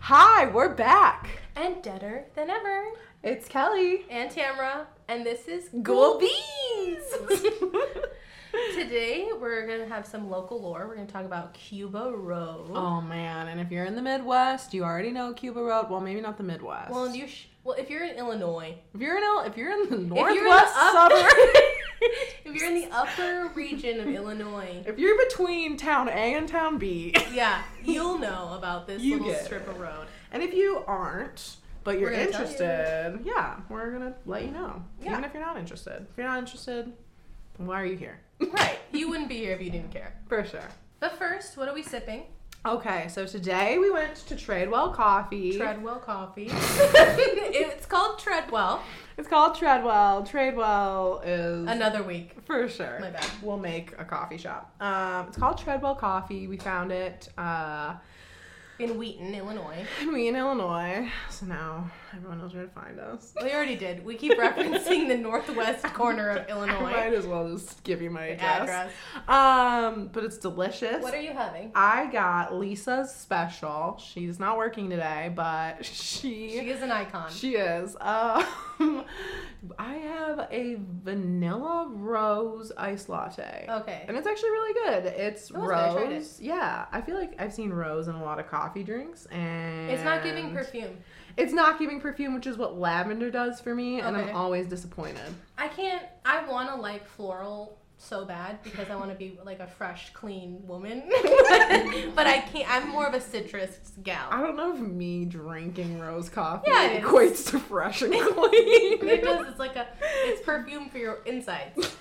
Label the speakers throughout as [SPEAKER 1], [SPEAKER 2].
[SPEAKER 1] Hi, we're back.
[SPEAKER 2] And deader than ever.
[SPEAKER 1] It's Kelly.
[SPEAKER 2] And Tamra. And this is
[SPEAKER 1] Ghoul
[SPEAKER 2] Bees. Today we're gonna have some local lore. We're gonna talk about Cuba Road.
[SPEAKER 1] oh man, and if you're in the Midwest, you already know Cuba Road. Well, maybe not the Midwest.
[SPEAKER 2] Well, and you sh- well if you're in Illinois,
[SPEAKER 1] if you're in Ill- if you're in the
[SPEAKER 2] if
[SPEAKER 1] northwest
[SPEAKER 2] you're in the up-
[SPEAKER 1] suburb,
[SPEAKER 2] if you're in the upper region of Illinois,
[SPEAKER 1] if you're between town A and town B,
[SPEAKER 2] yeah, you'll know about this
[SPEAKER 1] You
[SPEAKER 2] little
[SPEAKER 1] get
[SPEAKER 2] strip of road.
[SPEAKER 1] and if you aren't, but you're
[SPEAKER 2] We're gonna tell you.
[SPEAKER 1] interested, yeah, we're gonna let you know.
[SPEAKER 2] Yeah.
[SPEAKER 1] Even if you're not interested, if you're not interested, then why are you here?
[SPEAKER 2] Right, you wouldn't be here if you didn't care.
[SPEAKER 1] For sure.
[SPEAKER 2] But first, what are we sipping?
[SPEAKER 1] Okay, so today we went to Tradewell Coffee.
[SPEAKER 2] Treadwell coffee. it's called Treadwell.
[SPEAKER 1] It's called Treadwell. Treadwell is
[SPEAKER 2] Another week.
[SPEAKER 1] for sure.
[SPEAKER 2] My bad.
[SPEAKER 1] We'll make a coffee shop. Um, it's called Treadwell Coffee. We found it uh,
[SPEAKER 2] in Wheaton, Illinois.
[SPEAKER 1] in Wheaton, Illinois. So now everyone knows where to find us.
[SPEAKER 2] We already did. We keep referencing the northwest corner of
[SPEAKER 1] I might
[SPEAKER 2] Illinois.
[SPEAKER 1] as well just give you my address.
[SPEAKER 2] Address.
[SPEAKER 1] Um, but it's delicious.
[SPEAKER 2] What are you having?
[SPEAKER 1] I got Lisa's special. She's not working today, but
[SPEAKER 2] She is an icon.
[SPEAKER 1] She is. Um, I have a vanilla rose ice latte.
[SPEAKER 2] Okay.
[SPEAKER 1] And it's actually really good. It's
[SPEAKER 2] Oh, it's good. I tried it.
[SPEAKER 1] rose. Yeah, I feel like I've seen rose in a lot of coffee drinks, and
[SPEAKER 2] It's not giving perfume.
[SPEAKER 1] It's not giving perfume, which is what lavender does for me, and
[SPEAKER 2] Okay.
[SPEAKER 1] I'm always disappointed.
[SPEAKER 2] I can't. I want to like floral so bad because I want to be like a fresh, clean woman. but I can't. I'm more of a citrus
[SPEAKER 1] I
[SPEAKER 2] gal.
[SPEAKER 1] don't know if me drinking rose coffee
[SPEAKER 2] Yeah, it is.
[SPEAKER 1] equates to fresh and clean.
[SPEAKER 2] It does. It's like a. It's perfume for your insides.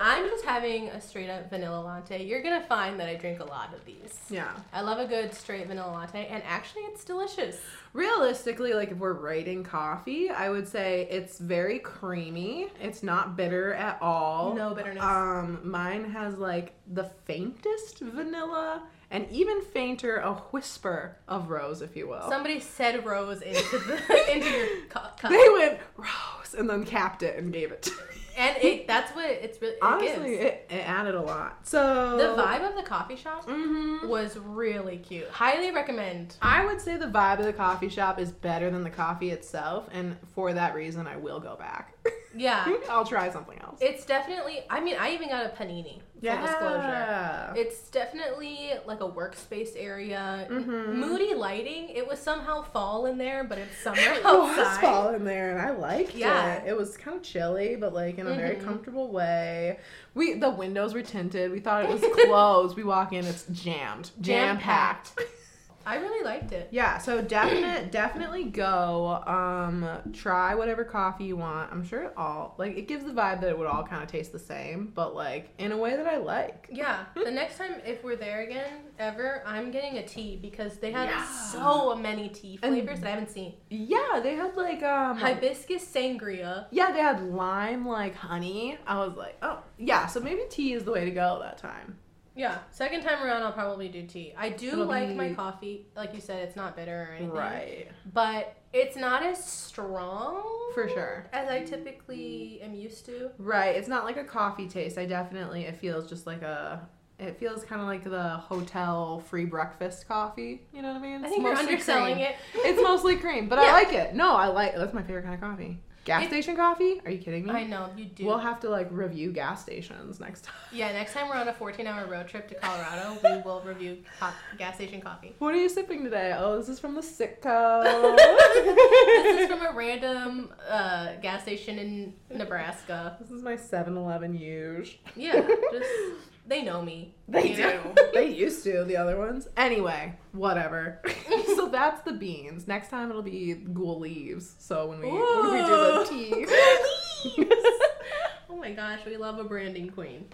[SPEAKER 2] I'm just having a straight up vanilla latte. You're gonna find that I drink a lot of these.
[SPEAKER 1] yeah.
[SPEAKER 2] I love a good straight vanilla latte, and actually, it's delicious.
[SPEAKER 1] Realistically, like if we're rating coffee, I would say it's very creamy. It's not bitter at all.
[SPEAKER 2] No bitterness.
[SPEAKER 1] Um, mine has like the faintest vanilla and even fainter a whisper of rose, if you will.
[SPEAKER 2] Somebody said rose into the into your cu- cup,
[SPEAKER 1] they went rose and then capped it and gave it to me.
[SPEAKER 2] and it that's what it's really. It
[SPEAKER 1] Honestly,
[SPEAKER 2] gives.
[SPEAKER 1] it, it added a lot. So
[SPEAKER 2] the vibe of the coffee shop
[SPEAKER 1] hmm
[SPEAKER 2] was really cute. Highly recommend.
[SPEAKER 1] I would say the vibe of the coffee shop is better than the coffee itself, and for that reason, I will go back.
[SPEAKER 2] Yeah,
[SPEAKER 1] I'll try something else.
[SPEAKER 2] it's definitely. I mean, I even got a panini. For disclosure.
[SPEAKER 1] Yeah.
[SPEAKER 2] It's definitely like a workspace area.
[SPEAKER 1] Mhm.
[SPEAKER 2] Moody lighting. It was somehow fall in there, but it's summer
[SPEAKER 1] Oh, I was
[SPEAKER 2] outside.
[SPEAKER 1] falling there and I liked
[SPEAKER 2] Yeah.
[SPEAKER 1] it. It was kind of chilly, but like in a very
[SPEAKER 2] Mhm.
[SPEAKER 1] comfortable way. Mm-hmm. We the windows were tinted. We thought it was closed. we walk in, it's jammed, jam
[SPEAKER 2] Jam-packed.
[SPEAKER 1] packed.
[SPEAKER 2] I really liked it.
[SPEAKER 1] Yeah, so definite, definitely go. Um, try whatever coffee you want. I'm sure it all like it gives the vibe that it would all kind of taste the same, but like in a way that I like.
[SPEAKER 2] Yeah, the next time if we're there again, ever, I'm getting a tea because they had
[SPEAKER 1] Yeah.
[SPEAKER 2] so many tea
[SPEAKER 1] And-
[SPEAKER 2] flavors that I haven't seen.
[SPEAKER 1] Yeah, they had like um,
[SPEAKER 2] Hibiscus sangria.
[SPEAKER 1] Yeah, they had lime like honey. I was like, oh yeah. So maybe tea is the way to go that time.
[SPEAKER 2] Yeah, second time around, I'll probably do tea. I do
[SPEAKER 1] It'll
[SPEAKER 2] like
[SPEAKER 1] be-
[SPEAKER 2] my coffee. Like you said, it's not bitter or anything.
[SPEAKER 1] Right.
[SPEAKER 2] But it's not as strong.
[SPEAKER 1] For sure.
[SPEAKER 2] As I typically am used to.
[SPEAKER 1] Right. It's not like a coffee taste. I definitely it feels just like a. It feels kind of like the hotel free breakfast coffee. You know what I mean?
[SPEAKER 2] I think you're underselling it.
[SPEAKER 1] It's mostly cream, but I
[SPEAKER 2] Yeah.
[SPEAKER 1] like it. No, I like that's my favorite kind of coffee. Gas
[SPEAKER 2] It-
[SPEAKER 1] station coffee? Are you kidding me?
[SPEAKER 2] I know, you do.
[SPEAKER 1] We'll have to like review gas stations next time.
[SPEAKER 2] yeah, next time we're on a 14 hour road trip to Colorado, we will review co- gas station coffee.
[SPEAKER 1] What are you sipping today? Oh, this is from the Sitco.
[SPEAKER 2] This is from a random uh, gas station in Nebraska.
[SPEAKER 1] This is my 7-Eleven huge.
[SPEAKER 2] Yeah, just they know me.
[SPEAKER 1] They
[SPEAKER 2] you know?
[SPEAKER 1] do. they used to, the other ones. Anyway, whatever. so that's the beans. Next time it'll be ghoul leaves. So when we, when we do the tea.
[SPEAKER 2] Ghoul oh my gosh, we love a branding queen.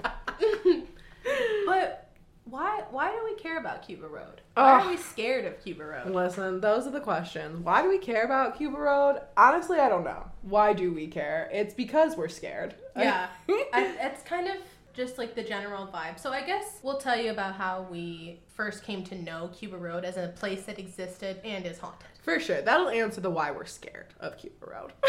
[SPEAKER 2] but why why do we care about Cuba Road? Why
[SPEAKER 1] Ugh.
[SPEAKER 2] are we scared of Cuba Road?
[SPEAKER 1] Listen, those are the questions. Why do we care about Cuba Road? Honestly, I don't know. Why do we care? It's because we're scared.
[SPEAKER 2] Yeah. I, that's kind of just like the general vibe. So I guess we'll tell you about how we first came to know Cuba Road as a place that existed and is haunted.
[SPEAKER 1] For sure. That'll answer the why we're scared of Cuba Road.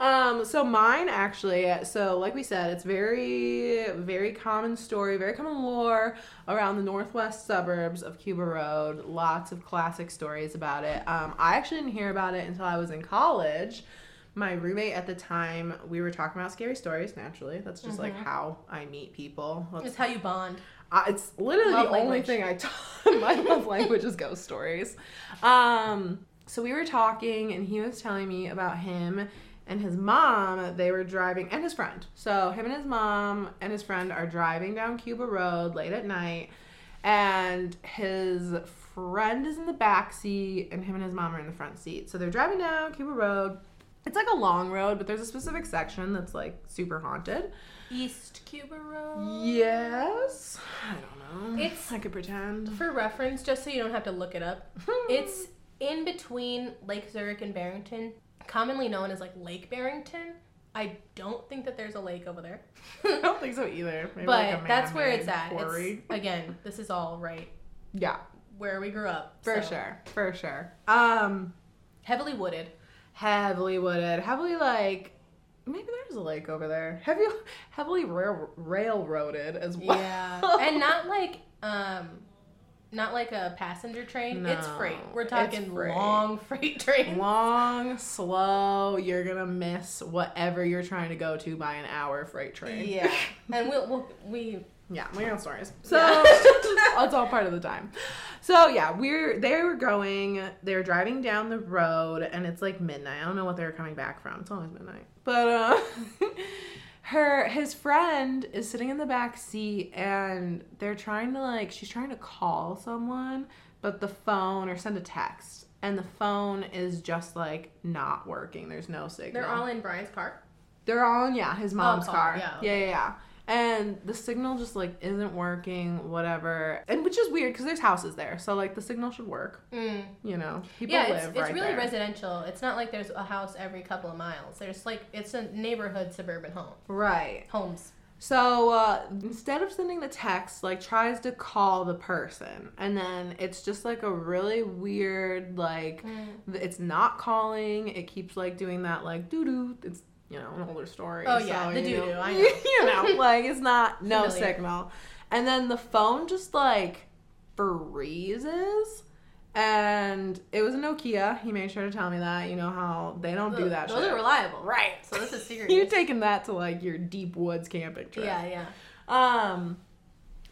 [SPEAKER 1] um, so mine actually, so like we said, it's very, very common story, very common lore around the northwest suburbs of Cuba Road. Lots of classic stories about it. Um, I actually didn't hear about it until I was in college. My roommate at the time, we were talking about scary stories, naturally. That's just like how I meet people. That's
[SPEAKER 2] It's how you bond.
[SPEAKER 1] I, it's literally
[SPEAKER 2] Love
[SPEAKER 1] the only
[SPEAKER 2] language.
[SPEAKER 1] thing I talk. My love language is ghost stories. Um, so we were talking, and he was telling me about him and his mom. They were driving, and his friend. So him and his mom and his friend are driving down Cuba Road late at night, and his friend is in the back seat, and him and his mom are in the front seat. So they're driving down Cuba Road. It's like a long road, but there's a specific section that's like super haunted.
[SPEAKER 2] East Cuba Road.
[SPEAKER 1] Yes. I don't know.
[SPEAKER 2] It's-
[SPEAKER 1] I could pretend.
[SPEAKER 2] For reference, just so you don't have to look it up, it's in between Lake Zurich and Barrington, commonly known as like Lake Barrington. I don't think that there's a lake over there.
[SPEAKER 1] I don't think so either. Maybe
[SPEAKER 2] but
[SPEAKER 1] like a
[SPEAKER 2] that's where it's
[SPEAKER 1] man-made
[SPEAKER 2] at.
[SPEAKER 1] quarry.
[SPEAKER 2] It's, again, this is all right
[SPEAKER 1] Yeah,
[SPEAKER 2] where we grew up.
[SPEAKER 1] for
[SPEAKER 2] so.
[SPEAKER 1] sure, for sure. Um,
[SPEAKER 2] Heavily wooded.
[SPEAKER 1] heavily wooded, heavily like maybe there's a lake over there. Heavy, heavily rail, railroaded as well.
[SPEAKER 2] Yeah. and not like um not like a passenger train. It's
[SPEAKER 1] No,
[SPEAKER 2] freight. We're
[SPEAKER 1] it's
[SPEAKER 2] talking
[SPEAKER 1] freight.
[SPEAKER 2] long freight train.
[SPEAKER 1] long, slow. You're gonna miss whatever you're trying to go to by an hour freight train.
[SPEAKER 2] Yeah. and we'll, we'll we
[SPEAKER 1] Yeah, we own stories. So
[SPEAKER 2] Yeah.
[SPEAKER 1] it's all part of the time. So yeah, we're they were going, they were driving down the road, and it's like midnight. I don't know what they were coming back from. It's always midnight. But uh, her his friend is sitting in the back seat, and they're trying to like she's trying to call someone, but the phone or send a text, and the phone is just like not working. There's no signal.
[SPEAKER 2] they're all in Brian's car.
[SPEAKER 1] They're on, yeah,
[SPEAKER 2] Oh,
[SPEAKER 1] his mom's
[SPEAKER 2] car,
[SPEAKER 1] car.
[SPEAKER 2] yeah,
[SPEAKER 1] Yeah, yeah, yeah. And the signal just like isn't working, whatever. And which is weird because there's houses there, so like the signal should work.
[SPEAKER 2] Mm.
[SPEAKER 1] You know, people
[SPEAKER 2] Yeah,
[SPEAKER 1] live
[SPEAKER 2] it's, it's
[SPEAKER 1] right
[SPEAKER 2] really
[SPEAKER 1] there.
[SPEAKER 2] residential. It's not like there's a house every couple of miles. There's like it's a neighborhood suburban home.
[SPEAKER 1] right.
[SPEAKER 2] Homes.
[SPEAKER 1] So uh, instead of sending the text, like tries to call the person, and then it's just like a really weird like
[SPEAKER 2] Mm.
[SPEAKER 1] th- it's not calling. It keeps like doing that like doo doo. It's you know an older story.
[SPEAKER 2] Oh, yeah, the
[SPEAKER 1] you
[SPEAKER 2] doo-doo, I know.
[SPEAKER 1] you know, like it's not no
[SPEAKER 2] Familiar.
[SPEAKER 1] signal, and then the phone just like freezes. And it was a Nokia. He made sure to tell me that. You know how they don't do that.
[SPEAKER 2] Those
[SPEAKER 1] shit.
[SPEAKER 2] are reliable. Right. So this is serious.
[SPEAKER 1] You're taking that to like your deep woods camping trip.
[SPEAKER 2] yeah, yeah.
[SPEAKER 1] Um,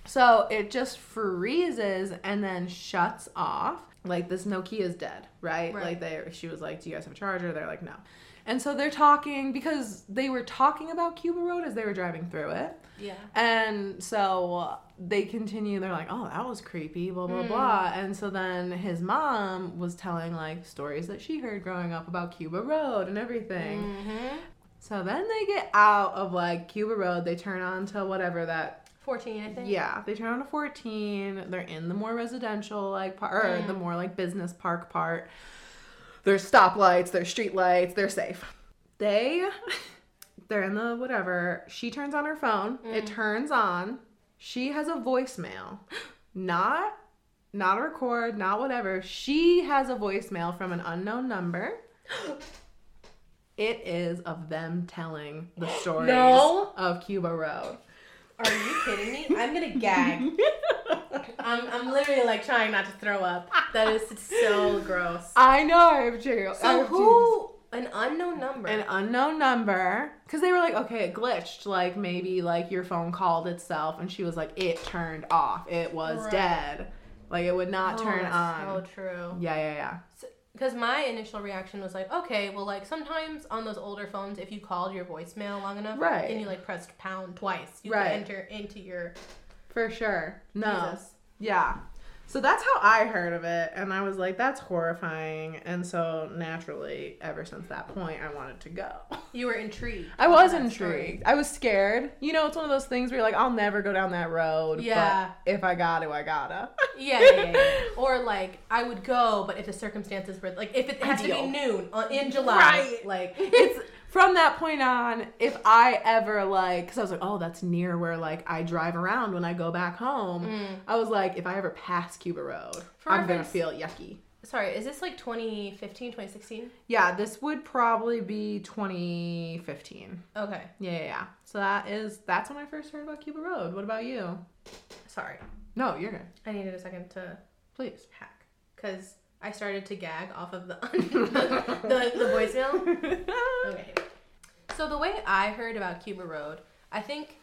[SPEAKER 1] so it just freezes and then shuts off. Like this Nokia's dead, right?
[SPEAKER 2] Right.
[SPEAKER 1] Like they, she was like, "Do you guys have a charger?" They're like, "No." And so they're talking because they were talking about Cuba Road as they were driving through it.
[SPEAKER 2] Yeah.
[SPEAKER 1] And so they continue. They're like, "Oh, that was creepy." Blah blah blah. And so then his mom was telling like stories that she heard growing up about Cuba Road and everything.
[SPEAKER 2] Mm-hmm.
[SPEAKER 1] So then they get out of like Cuba Road. They turn on to whatever that
[SPEAKER 2] 14, I think.
[SPEAKER 1] yeah, they turn on to 14. They're in the more residential like part, or the more like business park part. There's stoplights, there's street lights, they're safe. They they're in the whatever. She turns on her phone. It turns on. She has a voicemail. Not not a record, not whatever. She has a voicemail from an unknown number. It is of them telling the stories
[SPEAKER 2] No.
[SPEAKER 1] of Cuba Road.
[SPEAKER 2] Are you kidding me? I'm gonna gag. I'm, I'm literally like trying not to throw up. That is so gross.
[SPEAKER 1] I know I have jail. I
[SPEAKER 2] So
[SPEAKER 1] have
[SPEAKER 2] who? An unknown number.
[SPEAKER 1] An unknown number, because they were like, okay, it glitched. Like maybe like your phone called itself, and she was like, it turned off. It was
[SPEAKER 2] Right.
[SPEAKER 1] dead. Like it would not
[SPEAKER 2] Oh,
[SPEAKER 1] turn
[SPEAKER 2] that's
[SPEAKER 1] on.
[SPEAKER 2] So true.
[SPEAKER 1] yeah, yeah, yeah.
[SPEAKER 2] Because my initial reaction was like, okay, well, like sometimes on those older phones, if you called your voicemail long enough,
[SPEAKER 1] Right.
[SPEAKER 2] and you like pressed pound twice, you
[SPEAKER 1] Right.
[SPEAKER 2] could enter into your
[SPEAKER 1] For sure. No.
[SPEAKER 2] Jesus.
[SPEAKER 1] Yeah. So that's how I heard of it, and I was like, that's horrifying. And so naturally, ever since that point, I wanted to go.
[SPEAKER 2] You were intrigued.
[SPEAKER 1] I was
[SPEAKER 2] That story.
[SPEAKER 1] intrigued. I was scared. You know, it's one of those things where you're like, I'll never go down that road.
[SPEAKER 2] Yeah.
[SPEAKER 1] But if I gotta, I gotta.
[SPEAKER 2] Yeah, yeah, yeah, yeah. Or like I would go, but if the circumstances were like if it had to
[SPEAKER 1] Ideal.
[SPEAKER 2] be noon on, in July,
[SPEAKER 1] Right.
[SPEAKER 2] like
[SPEAKER 1] It's from that point on, if I ever like, because I was like, oh, that's near where like I drive around when I go back home.
[SPEAKER 2] Mm.
[SPEAKER 1] I was like, if I ever pass Cuba Road,
[SPEAKER 2] For
[SPEAKER 1] I'm gonna
[SPEAKER 2] reference-
[SPEAKER 1] feel yucky.
[SPEAKER 2] Sorry, is this like 2015, 2016?
[SPEAKER 1] Yeah, this would probably be 2015.
[SPEAKER 2] Okay,
[SPEAKER 1] Yeah, yeah, yeah. So that is that's when I first heard about Cuba Road. What about you?
[SPEAKER 2] sorry.
[SPEAKER 1] No, you're good.
[SPEAKER 2] I needed a second to
[SPEAKER 1] Please.
[SPEAKER 2] hack because I started to gag off of the the, the voicemail. Okay. So the way I heard about Cuba Road, I think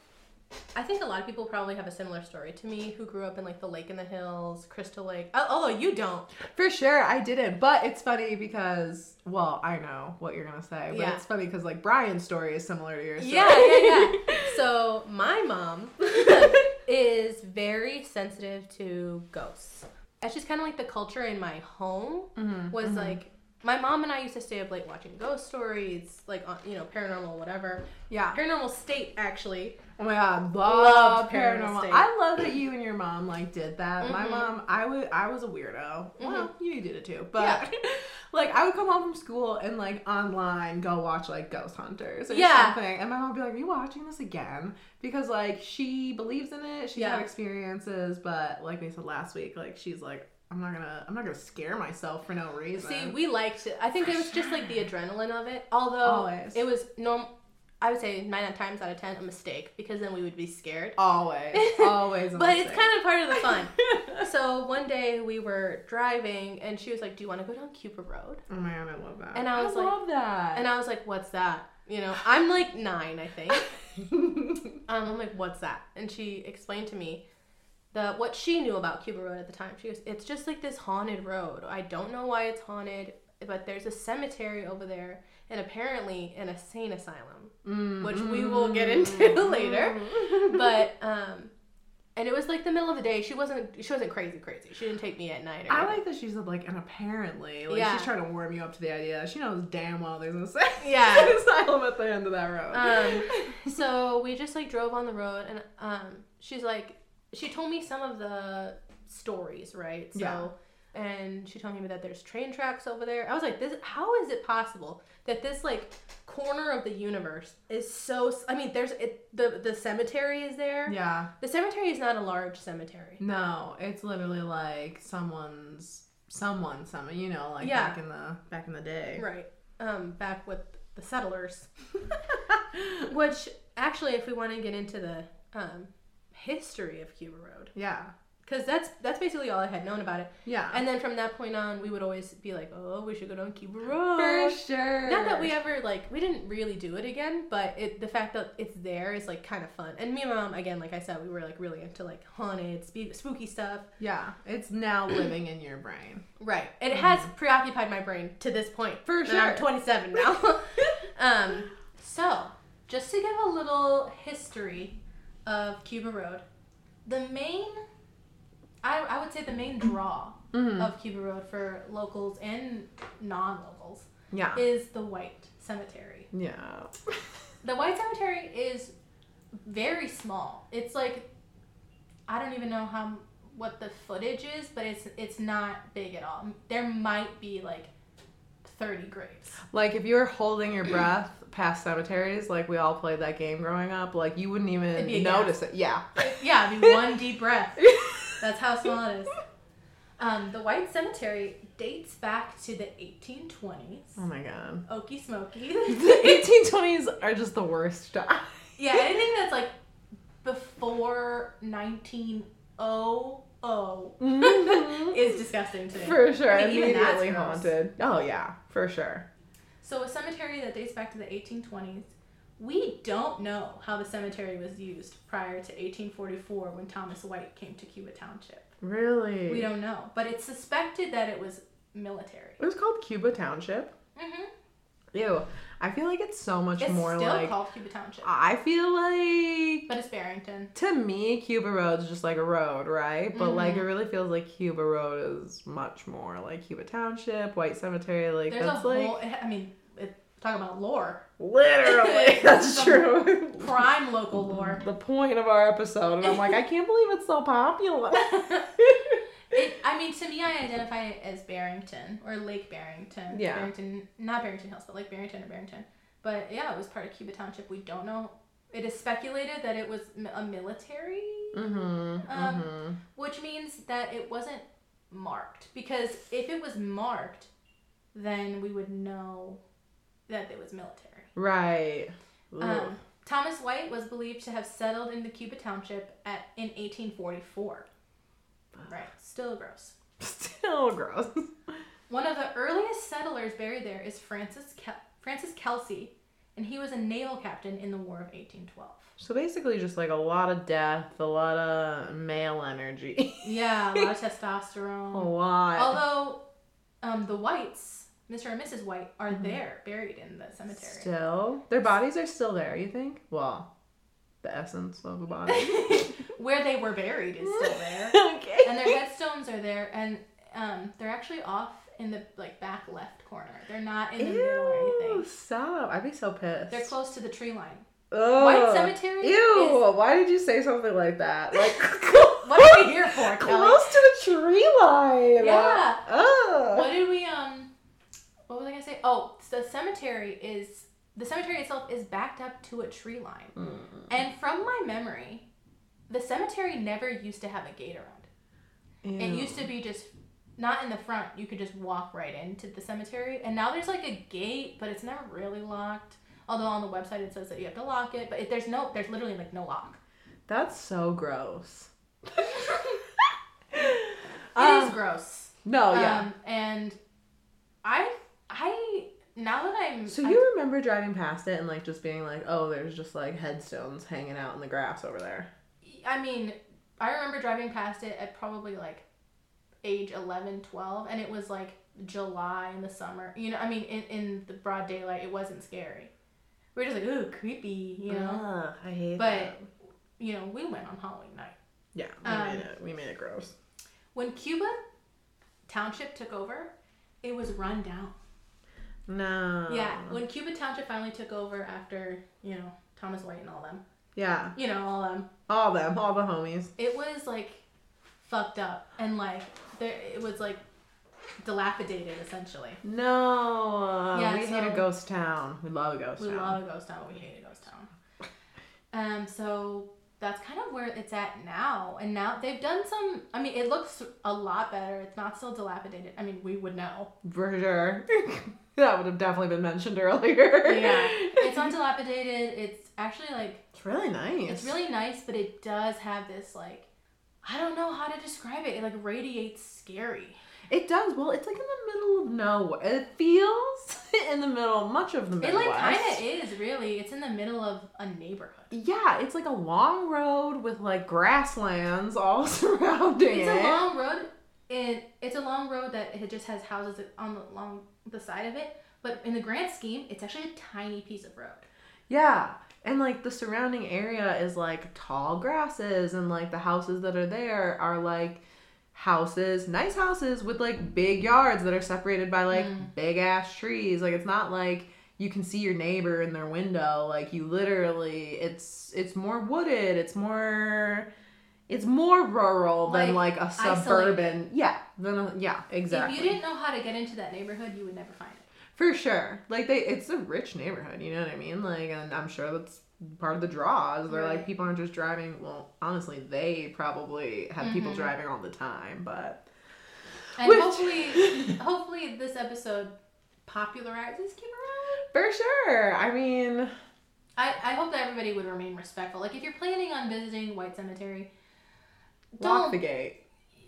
[SPEAKER 2] I think a lot of people probably have a similar story to me who grew up in like the lake in the hills, Crystal Lake. Oh, although you don't.
[SPEAKER 1] For sure, I didn't. But it's funny because, well, I know what you're gonna say, but
[SPEAKER 2] Yeah.
[SPEAKER 1] it's funny because like Brian's story is similar to yours.
[SPEAKER 2] Yeah, yeah, yeah. so my mom is very sensitive to ghosts. That's just kind of like the culture in my home was like my mom and I used to stay up late watching ghost stories, like on, you know, paranormal whatever.
[SPEAKER 1] yeah.
[SPEAKER 2] Paranormal state actually.
[SPEAKER 1] Oh my god, love,
[SPEAKER 2] Love
[SPEAKER 1] paranormal.
[SPEAKER 2] Paranormal State.
[SPEAKER 1] I love that you and your mom like did that. My
[SPEAKER 2] Mhm.
[SPEAKER 1] mom, I would, I was a weirdo. Well, you did it too, but
[SPEAKER 2] Mm-hmm. Yeah.
[SPEAKER 1] like I would come home from school and like online go watch like Ghost Hunters or
[SPEAKER 2] Yeah.
[SPEAKER 1] something, and my mom would be like, "Are you watching this again?" Because like she believes in it, she's
[SPEAKER 2] Yeah.
[SPEAKER 1] had experiences, but like we said last week, like she's like, "I'm not gonna, I'm not gonna scare myself for no reason."
[SPEAKER 2] See, we liked it. I think it was just like the adrenaline of it. Although
[SPEAKER 1] Always.
[SPEAKER 2] it was normal. I would say nine times out of ten a mistake because then we would be scared.
[SPEAKER 1] always, always, a
[SPEAKER 2] But it's
[SPEAKER 1] mistake.
[SPEAKER 2] kind of part of the fun. so one day we were driving and she was like, "Do you want to go down Cuba Road?"
[SPEAKER 1] Oh my god, I love that.
[SPEAKER 2] And I was like-
[SPEAKER 1] love that.
[SPEAKER 2] And I was like, "What's that?" You know, I'm like nine, I think. Um, I'm like, "What's that?" And she explained to me the what she knew about Cuba Road at the time. She goes, "It's just like this haunted road. I don't know why it's haunted, but there's a cemetery over there, and apparently an insane asylum." which
[SPEAKER 1] Mm-hmm.
[SPEAKER 2] we will get into later. But um, and it was like the middle of the day. She wasn't she wasn't crazy crazy. She didn't take me at night. Or
[SPEAKER 1] I
[SPEAKER 2] anything.
[SPEAKER 1] like that she said like, and apparently, like
[SPEAKER 2] Yeah.
[SPEAKER 1] she's trying to warm you up to the idea. She knows damn well there's an asylum,
[SPEAKER 2] Yeah.
[SPEAKER 1] asylum at the end of that road.
[SPEAKER 2] Um, so we just like drove on the road, and um, she's like she told me some of the stories, right? So.
[SPEAKER 1] Yeah.
[SPEAKER 2] And she told me that there's train tracks over there. I was like, "This, how is it possible that this like corner of the universe is so? s- I mean, there's it, the the cemetery is there.
[SPEAKER 1] yeah,
[SPEAKER 2] The cemetery is not a large cemetery.
[SPEAKER 1] no, it's literally like someone's someone, some you know, like
[SPEAKER 2] Yeah.
[SPEAKER 1] back in the back in the day.
[SPEAKER 2] Right. Um, back with the settlers. Which, actually, if we want to get into the um, history of Cuba Road,
[SPEAKER 1] Yeah,
[SPEAKER 2] because that's that's basically all I had known about it.
[SPEAKER 1] yeah,
[SPEAKER 2] And then from that point on, we would always be like, "Oh, we should go down Cuba Road."
[SPEAKER 1] for sure.
[SPEAKER 2] Not that we ever like we didn't really do it again, but it the fact that it's there is like kind of fun. And me and my mom, again, like I said, we were like really into like haunted, spe- spooky stuff.
[SPEAKER 1] yeah, it's now living in your brain.
[SPEAKER 2] Right. It has preoccupied my brain to this point.
[SPEAKER 1] Mm-hmm. For
[SPEAKER 2] And I'm
[SPEAKER 1] sure.
[SPEAKER 2] 27 now. um, so, just to give a little history of Cuba Road, the main, I, I would say the main draw
[SPEAKER 1] Mm.
[SPEAKER 2] of Cuba Road for locals and non locals
[SPEAKER 1] Yeah,
[SPEAKER 2] is the White Cemetery.
[SPEAKER 1] yeah,
[SPEAKER 2] The White Cemetery is very small. It's like, I don't even know how what the footage is, but it's it's not big at all. There might be like thirty graves.
[SPEAKER 1] like if you were holding your breath past cemeteries, like we all played that game growing up, like you wouldn't
[SPEAKER 2] It'd be a
[SPEAKER 1] even
[SPEAKER 2] gas.
[SPEAKER 1] notice it. Yeah.
[SPEAKER 2] Yeah, it'd be one deep breath. That's how small it is. Um, the White Cemetery dates back to the 1820s.
[SPEAKER 1] Oh my god.
[SPEAKER 2] Okey smoky.
[SPEAKER 1] The 1820s are just the worst time.
[SPEAKER 2] yeah, anything that's like before 1900
[SPEAKER 1] Mhm.
[SPEAKER 2] is disgusting to me.
[SPEAKER 1] For sure,
[SPEAKER 2] Mm-hmm. I mean, even that's
[SPEAKER 1] immediately
[SPEAKER 2] gross.
[SPEAKER 1] haunted. Oh yeah, for sure.
[SPEAKER 2] So, a cemetery that dates back to the 1820s, we don't know how the cemetery was used prior to 1844 when Thomas White came to Cuba Township.
[SPEAKER 1] Really.
[SPEAKER 2] We don't know, but it's suspected that it was military.
[SPEAKER 1] It was called Cuba Township.
[SPEAKER 2] Mm-hmm.
[SPEAKER 1] Ew. I feel like it's so much
[SPEAKER 2] It's
[SPEAKER 1] more
[SPEAKER 2] still
[SPEAKER 1] like.
[SPEAKER 2] called Cuba Township,
[SPEAKER 1] I feel like
[SPEAKER 2] but it's Barrington.
[SPEAKER 1] to me Cuba Road's just like a road, right? But
[SPEAKER 2] Mm-hmm.
[SPEAKER 1] like it really feels like Cuba Road is much more like Cuba Township, White Cemetery. Like
[SPEAKER 2] There's a
[SPEAKER 1] that's like
[SPEAKER 2] whole, I mean, it, talk about lore,
[SPEAKER 1] literally that's
[SPEAKER 2] Some-
[SPEAKER 1] true.
[SPEAKER 2] prime local lore.
[SPEAKER 1] the point of our episode, and I'm like, I can't believe it's so popular.
[SPEAKER 2] It, I mean, to me, I identify it as Barrington or Lake Barrington.
[SPEAKER 1] Yeah.
[SPEAKER 2] Barrington, not Barrington Hills, but Lake Barrington or Barrington. But yeah, it was part of Cuba Township. We don't know. It is speculated that it was m- a military,
[SPEAKER 1] Mm-hmm.
[SPEAKER 2] Um, which means that it wasn't marked. Because if it was marked, then we would know that it was military.
[SPEAKER 1] Right.
[SPEAKER 2] Um, Thomas White was believed to have settled in the Cuba Township at in 1844. Right, still gross.
[SPEAKER 1] Still gross.
[SPEAKER 2] One of the earliest settlers buried there is Francis Kel- Francis Kelsey, and he was a naval captain in the War of 1812.
[SPEAKER 1] So basically, just like a lot of death, a lot of male energy.
[SPEAKER 2] Yeah, a lot of
[SPEAKER 1] a
[SPEAKER 2] testosterone.
[SPEAKER 1] lot.
[SPEAKER 2] Although, um, the Whites, Mr. and Mrs. White, are there buried in the cemetery.
[SPEAKER 1] Mm-hmm. Still, their bodies are still there. You think? Well, the essence of a body.
[SPEAKER 2] Where they were buried is still there.
[SPEAKER 1] okay.
[SPEAKER 2] and their headstones are there, and um, they're actually off in the like back left corner. They're not in the middle or
[SPEAKER 1] Ew,
[SPEAKER 2] anything.
[SPEAKER 1] stop! I'd be so pissed.
[SPEAKER 2] They're close to the tree line.
[SPEAKER 1] Ugh.
[SPEAKER 2] White cemetery.
[SPEAKER 1] Ew!
[SPEAKER 2] Is,
[SPEAKER 1] Why did you say something like that? Like,
[SPEAKER 2] what are we here for, Kelly?
[SPEAKER 1] close to the tree line.
[SPEAKER 2] Yeah.
[SPEAKER 1] Ugh.
[SPEAKER 2] What did we um? What was I gonna say? Oh, the cemetery is the cemetery itself is backed up to a tree line,
[SPEAKER 1] Mm.
[SPEAKER 2] and from my memory, the cemetery never used to have a gate around. It
[SPEAKER 1] Ew.
[SPEAKER 2] used to be just not in the front. You could just walk right into the cemetery. And now there's like a gate, but it's never really locked. Although on the website it says that you have to lock it, but it, there's no, there's literally like no lock.
[SPEAKER 1] That's so gross.
[SPEAKER 2] It
[SPEAKER 1] Um,
[SPEAKER 2] is gross.
[SPEAKER 1] No, yeah.
[SPEAKER 2] Um, and I, I now that I'm
[SPEAKER 1] So
[SPEAKER 2] I-
[SPEAKER 1] you remember driving past it and like just being like, oh, there's just like headstones hanging out in the grass over there.
[SPEAKER 2] I mean, I remember driving past it at probably like age 11, 12, and it was like July in the summer. You know, I mean, in, in the broad daylight, it wasn't scary. We were just like, ooh, creepy, you know?
[SPEAKER 1] Ugh, Ah, I hate
[SPEAKER 2] But-
[SPEAKER 1] that.
[SPEAKER 2] You know, we went on Halloween night.
[SPEAKER 1] Yeah, we
[SPEAKER 2] um,
[SPEAKER 1] made it. We made it gross.
[SPEAKER 2] When Cuba Township took over, it was run down.
[SPEAKER 1] No.
[SPEAKER 2] Yeah, when Cuba Township finally took over after, you know, Thomas White and all them,
[SPEAKER 1] Yeah.
[SPEAKER 2] you know, all them,
[SPEAKER 1] All them, all the homies.
[SPEAKER 2] it was like fucked up and like, there, it was like dilapidated essentially.
[SPEAKER 1] No.
[SPEAKER 2] Yeah,
[SPEAKER 1] we
[SPEAKER 2] so-
[SPEAKER 1] hate a ghost town. We love a ghost
[SPEAKER 2] We
[SPEAKER 1] town.
[SPEAKER 2] love a ghost town, but we hate a ghost town. Um, so that's kind of where it's at now. And now they've done some. I mean, it looks a lot better. It's not still dilapidated. I mean, we would know.
[SPEAKER 1] For sure. that would have definitely been mentioned earlier.
[SPEAKER 2] Yeah, it's not dilapidated. It's actually like
[SPEAKER 1] It's really nice.
[SPEAKER 2] it's really nice, but it does have this like I don't know how to describe it. It like radiates scary.
[SPEAKER 1] It does. Well, it's like in the middle of nowhere. It feels in the middle, much of the
[SPEAKER 2] It
[SPEAKER 1] Midwest.
[SPEAKER 2] like kind of is really. It's in the middle of a neighborhood.
[SPEAKER 1] Yeah, it's like a long road with like grasslands all surrounding
[SPEAKER 2] It's
[SPEAKER 1] it.
[SPEAKER 2] a long road, and it's a long road that it just has houses on the along the side of it. But in the grand scheme, it's actually a tiny piece of road.
[SPEAKER 1] yeah. And like the surrounding area is like tall grasses and like the houses that are there are like houses, nice houses with like big yards that are separated by like
[SPEAKER 2] Mm.
[SPEAKER 1] big ass trees. Like it's not like you can see your neighbor in their window. Like you literally it's it's more wooded, it's more it's more rural than
[SPEAKER 2] Like,
[SPEAKER 1] like a suburban. Yeah, than a, yeah, exactly.
[SPEAKER 2] If you didn't know how to get into that neighborhood, you would never find it.
[SPEAKER 1] For sure. Like they it's a rich neighborhood, you know what I mean? Like and I'm sure that's part of the draw is they're
[SPEAKER 2] Right.
[SPEAKER 1] like people aren't just driving well, honestly they probably have people
[SPEAKER 2] Mhm.
[SPEAKER 1] driving all the time, but
[SPEAKER 2] And
[SPEAKER 1] Which-
[SPEAKER 2] hopefully, hopefully this episode popularizes Cuba Road.
[SPEAKER 1] for sure. I mean
[SPEAKER 2] I, I hope that everybody would remain respectful. Like if you're planning on visiting White Cemetery,
[SPEAKER 1] lock
[SPEAKER 2] don't
[SPEAKER 1] the gate.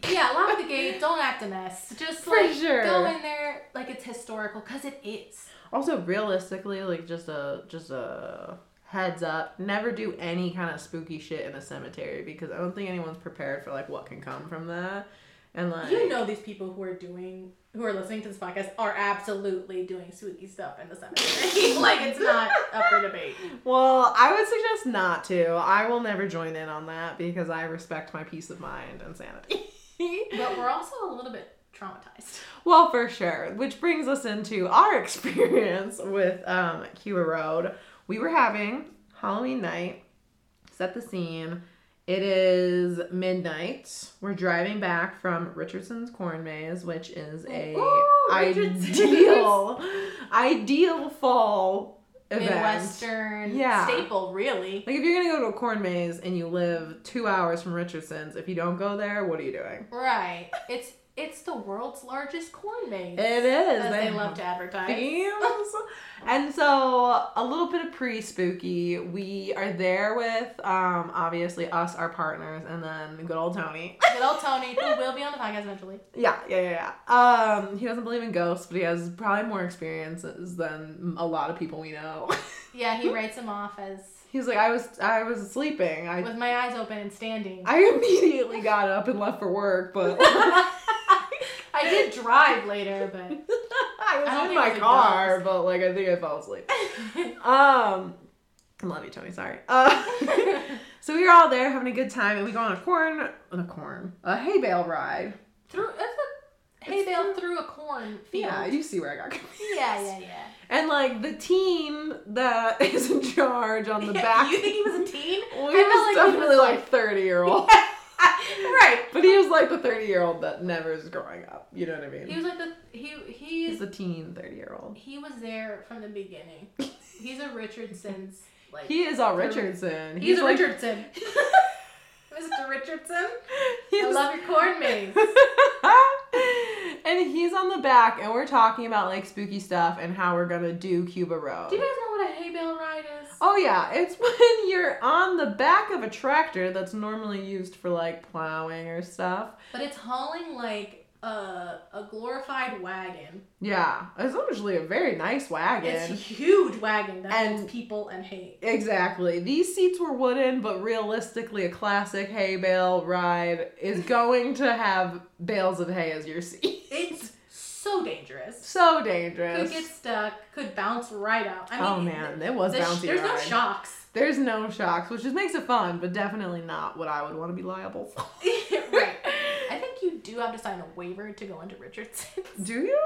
[SPEAKER 2] yeah lock the gate. Don't act a mess. Just
[SPEAKER 1] For
[SPEAKER 2] like
[SPEAKER 1] sure.
[SPEAKER 2] go in there like it's historical because it is.
[SPEAKER 1] Also realistically, like just a just a heads up, never do any kind of spooky shit in a cemetery because I don't think anyone's prepared for like what can come from that. And like
[SPEAKER 2] You know these people who are doing who are listening to this podcast are absolutely doing spooky stuff in the cemetery. like it's not up for debate.
[SPEAKER 1] Well, I would suggest not to. I will never join in on that because I respect my peace of mind and sanity.
[SPEAKER 2] But we're also a little bit traumatized.
[SPEAKER 1] well, for sure. Which brings us into our experience with um, Cuba Road. We were having Halloween night, set the scene. It is midnight. We're driving back from Richardson's Corn Maze, which is a
[SPEAKER 2] Ooh, Richardson's.
[SPEAKER 1] ideal, ideal fall event.
[SPEAKER 2] Midwestern
[SPEAKER 1] Yeah.
[SPEAKER 2] staple, really.
[SPEAKER 1] Like if you're gonna go to a corn maze and you live two hours from Richardson's, if you don't go there, what are you doing?
[SPEAKER 2] Right. It's it's the world's largest corn maze.
[SPEAKER 1] It is.
[SPEAKER 2] As they
[SPEAKER 1] have
[SPEAKER 2] love to advertise.
[SPEAKER 1] themes. and so a little bit of pre-spooky. We are there with um obviously us, our partners, and then good old Tony.
[SPEAKER 2] Good old Tony, who will be on the podcast eventually.
[SPEAKER 1] Yeah, yeah, yeah, yeah. Um, he doesn't believe in ghosts, but he has probably more experiences than a lot of people we know.
[SPEAKER 2] Yeah, he writes him off as
[SPEAKER 1] He's like, I was, I was sleeping. I,
[SPEAKER 2] with my eyes open and standing.
[SPEAKER 1] I immediately got up and left for work, but
[SPEAKER 2] I did drive later, but
[SPEAKER 1] I was
[SPEAKER 2] I don't
[SPEAKER 1] in
[SPEAKER 2] think
[SPEAKER 1] my
[SPEAKER 2] it was a
[SPEAKER 1] car,
[SPEAKER 2] ghost.
[SPEAKER 1] but like I think I fell asleep. Um, I love you, Tony. Sorry. Uh, so we were all there having a good time, and we go on a corn, on a corn, a hay bale ride.
[SPEAKER 2] through it's a hay bale through a corn field.
[SPEAKER 1] Yeah,
[SPEAKER 2] Yeah,
[SPEAKER 1] you see where I got confused.
[SPEAKER 2] yeah, yeah. yeah.
[SPEAKER 1] And like the team that is in charge on the
[SPEAKER 2] Yeah,
[SPEAKER 1] back.
[SPEAKER 2] You think he was a teen?
[SPEAKER 1] Well,
[SPEAKER 2] I
[SPEAKER 1] he was
[SPEAKER 2] felt like he
[SPEAKER 1] definitely
[SPEAKER 2] was,
[SPEAKER 1] like, thirty year old,
[SPEAKER 2] right.
[SPEAKER 1] but he was like the thirty year old that never is growing up. You know what I mean?
[SPEAKER 2] He was like the he
[SPEAKER 1] He's
[SPEAKER 2] he's
[SPEAKER 1] a teen thirty year old.
[SPEAKER 2] he was there from the beginning. He's a Richardson's like
[SPEAKER 1] He is all Richardson.
[SPEAKER 2] he's, a
[SPEAKER 1] like-
[SPEAKER 2] Richardson. Mr. Richardson, I
[SPEAKER 1] He's-
[SPEAKER 2] love your corn maze.
[SPEAKER 1] and he's on the back, and we're talking about like spooky stuff and how we're gonna do Cuba Road.
[SPEAKER 2] Do you guys know what a hay bale ride is?
[SPEAKER 1] Oh yeah, it's when you're on the back of a tractor that's normally used for like plowing or stuff.
[SPEAKER 2] But it's hauling like a a glorified wagon.
[SPEAKER 1] Yeah, it's usually a very nice
[SPEAKER 2] It's a
[SPEAKER 1] wagon.
[SPEAKER 2] huge wagon that
[SPEAKER 1] And-
[SPEAKER 2] holds people and hay.
[SPEAKER 1] Exactly. These seats were wooden, but realistically, a classic hay bale ride is going to have bales of hay as your seat.
[SPEAKER 2] It's so dangerous.
[SPEAKER 1] So
[SPEAKER 2] Could
[SPEAKER 1] dangerous.
[SPEAKER 2] get stuck. Could bounce right out. I mean,
[SPEAKER 1] oh man, it was
[SPEAKER 2] the sh-
[SPEAKER 1] bouncy.
[SPEAKER 2] there's no
[SPEAKER 1] ride.
[SPEAKER 2] shocks.
[SPEAKER 1] There's no shocks, which just makes it fun, but definitely not what I would want to be liable for.
[SPEAKER 2] right. I think you do have to sign a waiver to go into Richardson's.
[SPEAKER 1] Do you?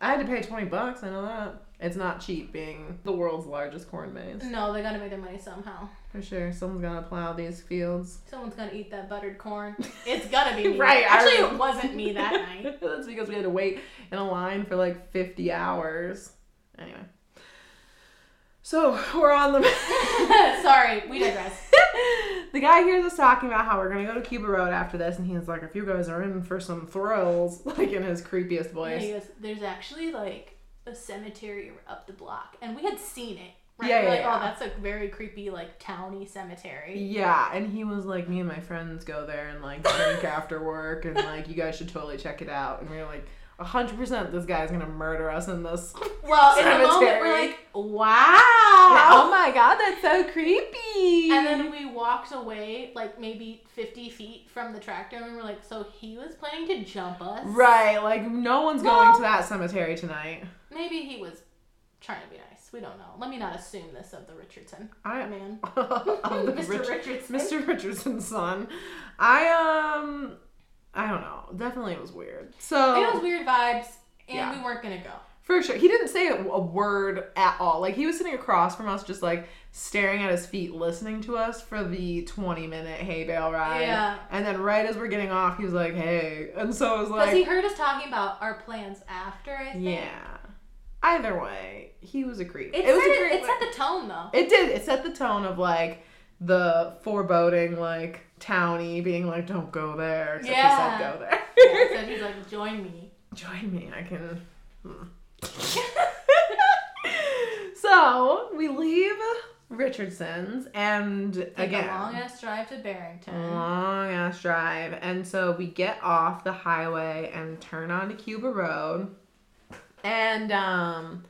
[SPEAKER 1] I had to pay 20 bucks, I know that. It's not cheap being the world's largest corn maze.
[SPEAKER 2] no, they gotta make their money somehow.
[SPEAKER 1] For sure, someone's gonna plow these fields.
[SPEAKER 2] Someone's gonna eat that buttered corn. It's gonna be me.
[SPEAKER 1] Right, I
[SPEAKER 2] Actually,
[SPEAKER 1] remember.
[SPEAKER 2] it wasn't me that night.
[SPEAKER 1] That's because we had to wait in a line for like 50 hours. Anyway. So, we're on the.
[SPEAKER 2] Sorry, we digress.
[SPEAKER 1] the guy hears us talking about how we're gonna go to Cuba Road after this, and he's like, if you guys are in for some thrills, like in his creepiest
[SPEAKER 2] And
[SPEAKER 1] voice.
[SPEAKER 2] he goes, There's actually like a cemetery up the block, and we had seen it. Right?
[SPEAKER 1] Yeah,
[SPEAKER 2] We're
[SPEAKER 1] yeah,
[SPEAKER 2] like,
[SPEAKER 1] yeah.
[SPEAKER 2] oh, that's a very creepy, like towny cemetery.
[SPEAKER 1] Yeah, and he was like, me and my friends go there and like drink after work, and like you guys should totally check it out. And we were like, hundred percent, this guy's gonna murder us in this.
[SPEAKER 2] Well, in the moment, we're
[SPEAKER 1] Cemetery.
[SPEAKER 2] like,
[SPEAKER 1] oh
[SPEAKER 2] wow.
[SPEAKER 1] my god, that's so creepy.
[SPEAKER 2] And then
[SPEAKER 1] Mm-hmm.
[SPEAKER 2] we walked away, like maybe 50 feet from the tractor, and we were like, so he was planning to jump us?
[SPEAKER 1] right, like no one's going
[SPEAKER 2] Well-
[SPEAKER 1] to that cemetery tonight.
[SPEAKER 2] Maybe he was trying to be nice. We don't know. Let me not assume this of the Richardson
[SPEAKER 1] I
[SPEAKER 2] man.
[SPEAKER 1] of the
[SPEAKER 2] Mr.
[SPEAKER 1] Rich-
[SPEAKER 2] Richardson.
[SPEAKER 1] Mr. Richardson's son. I um, I don't know. Definitely, it was weird. So
[SPEAKER 2] It was weird vibes, and
[SPEAKER 1] Yeah.
[SPEAKER 2] we weren't gonna go.
[SPEAKER 1] For sure. He didn't say a, a word at all. Like, he was sitting across from us, just like staring at his feet, listening to us for the 20 minute hay bale ride.
[SPEAKER 2] Yeah.
[SPEAKER 1] And then, right as we're getting off, he was like, hey. And so I was
[SPEAKER 2] Because he
[SPEAKER 1] like,
[SPEAKER 2] heard us talking about our plans after, I think.
[SPEAKER 1] yeah. Either way, he was a creep.
[SPEAKER 2] It,
[SPEAKER 1] It, was
[SPEAKER 2] set,
[SPEAKER 1] a creep.
[SPEAKER 2] it set the tone though.
[SPEAKER 1] it did. It set the tone of like the foreboding, like townie being like, don't go there. Except he
[SPEAKER 2] Yeah.
[SPEAKER 1] said, go there.
[SPEAKER 2] yeah, so he's like, join me.
[SPEAKER 1] Join me. I can. hmm. so we leave Richardson's, and
[SPEAKER 2] Take
[SPEAKER 1] again,
[SPEAKER 2] a long ass drive to Barrington.
[SPEAKER 1] long ass drive. And so we get off the highway and turn onto Cuba Road, and um.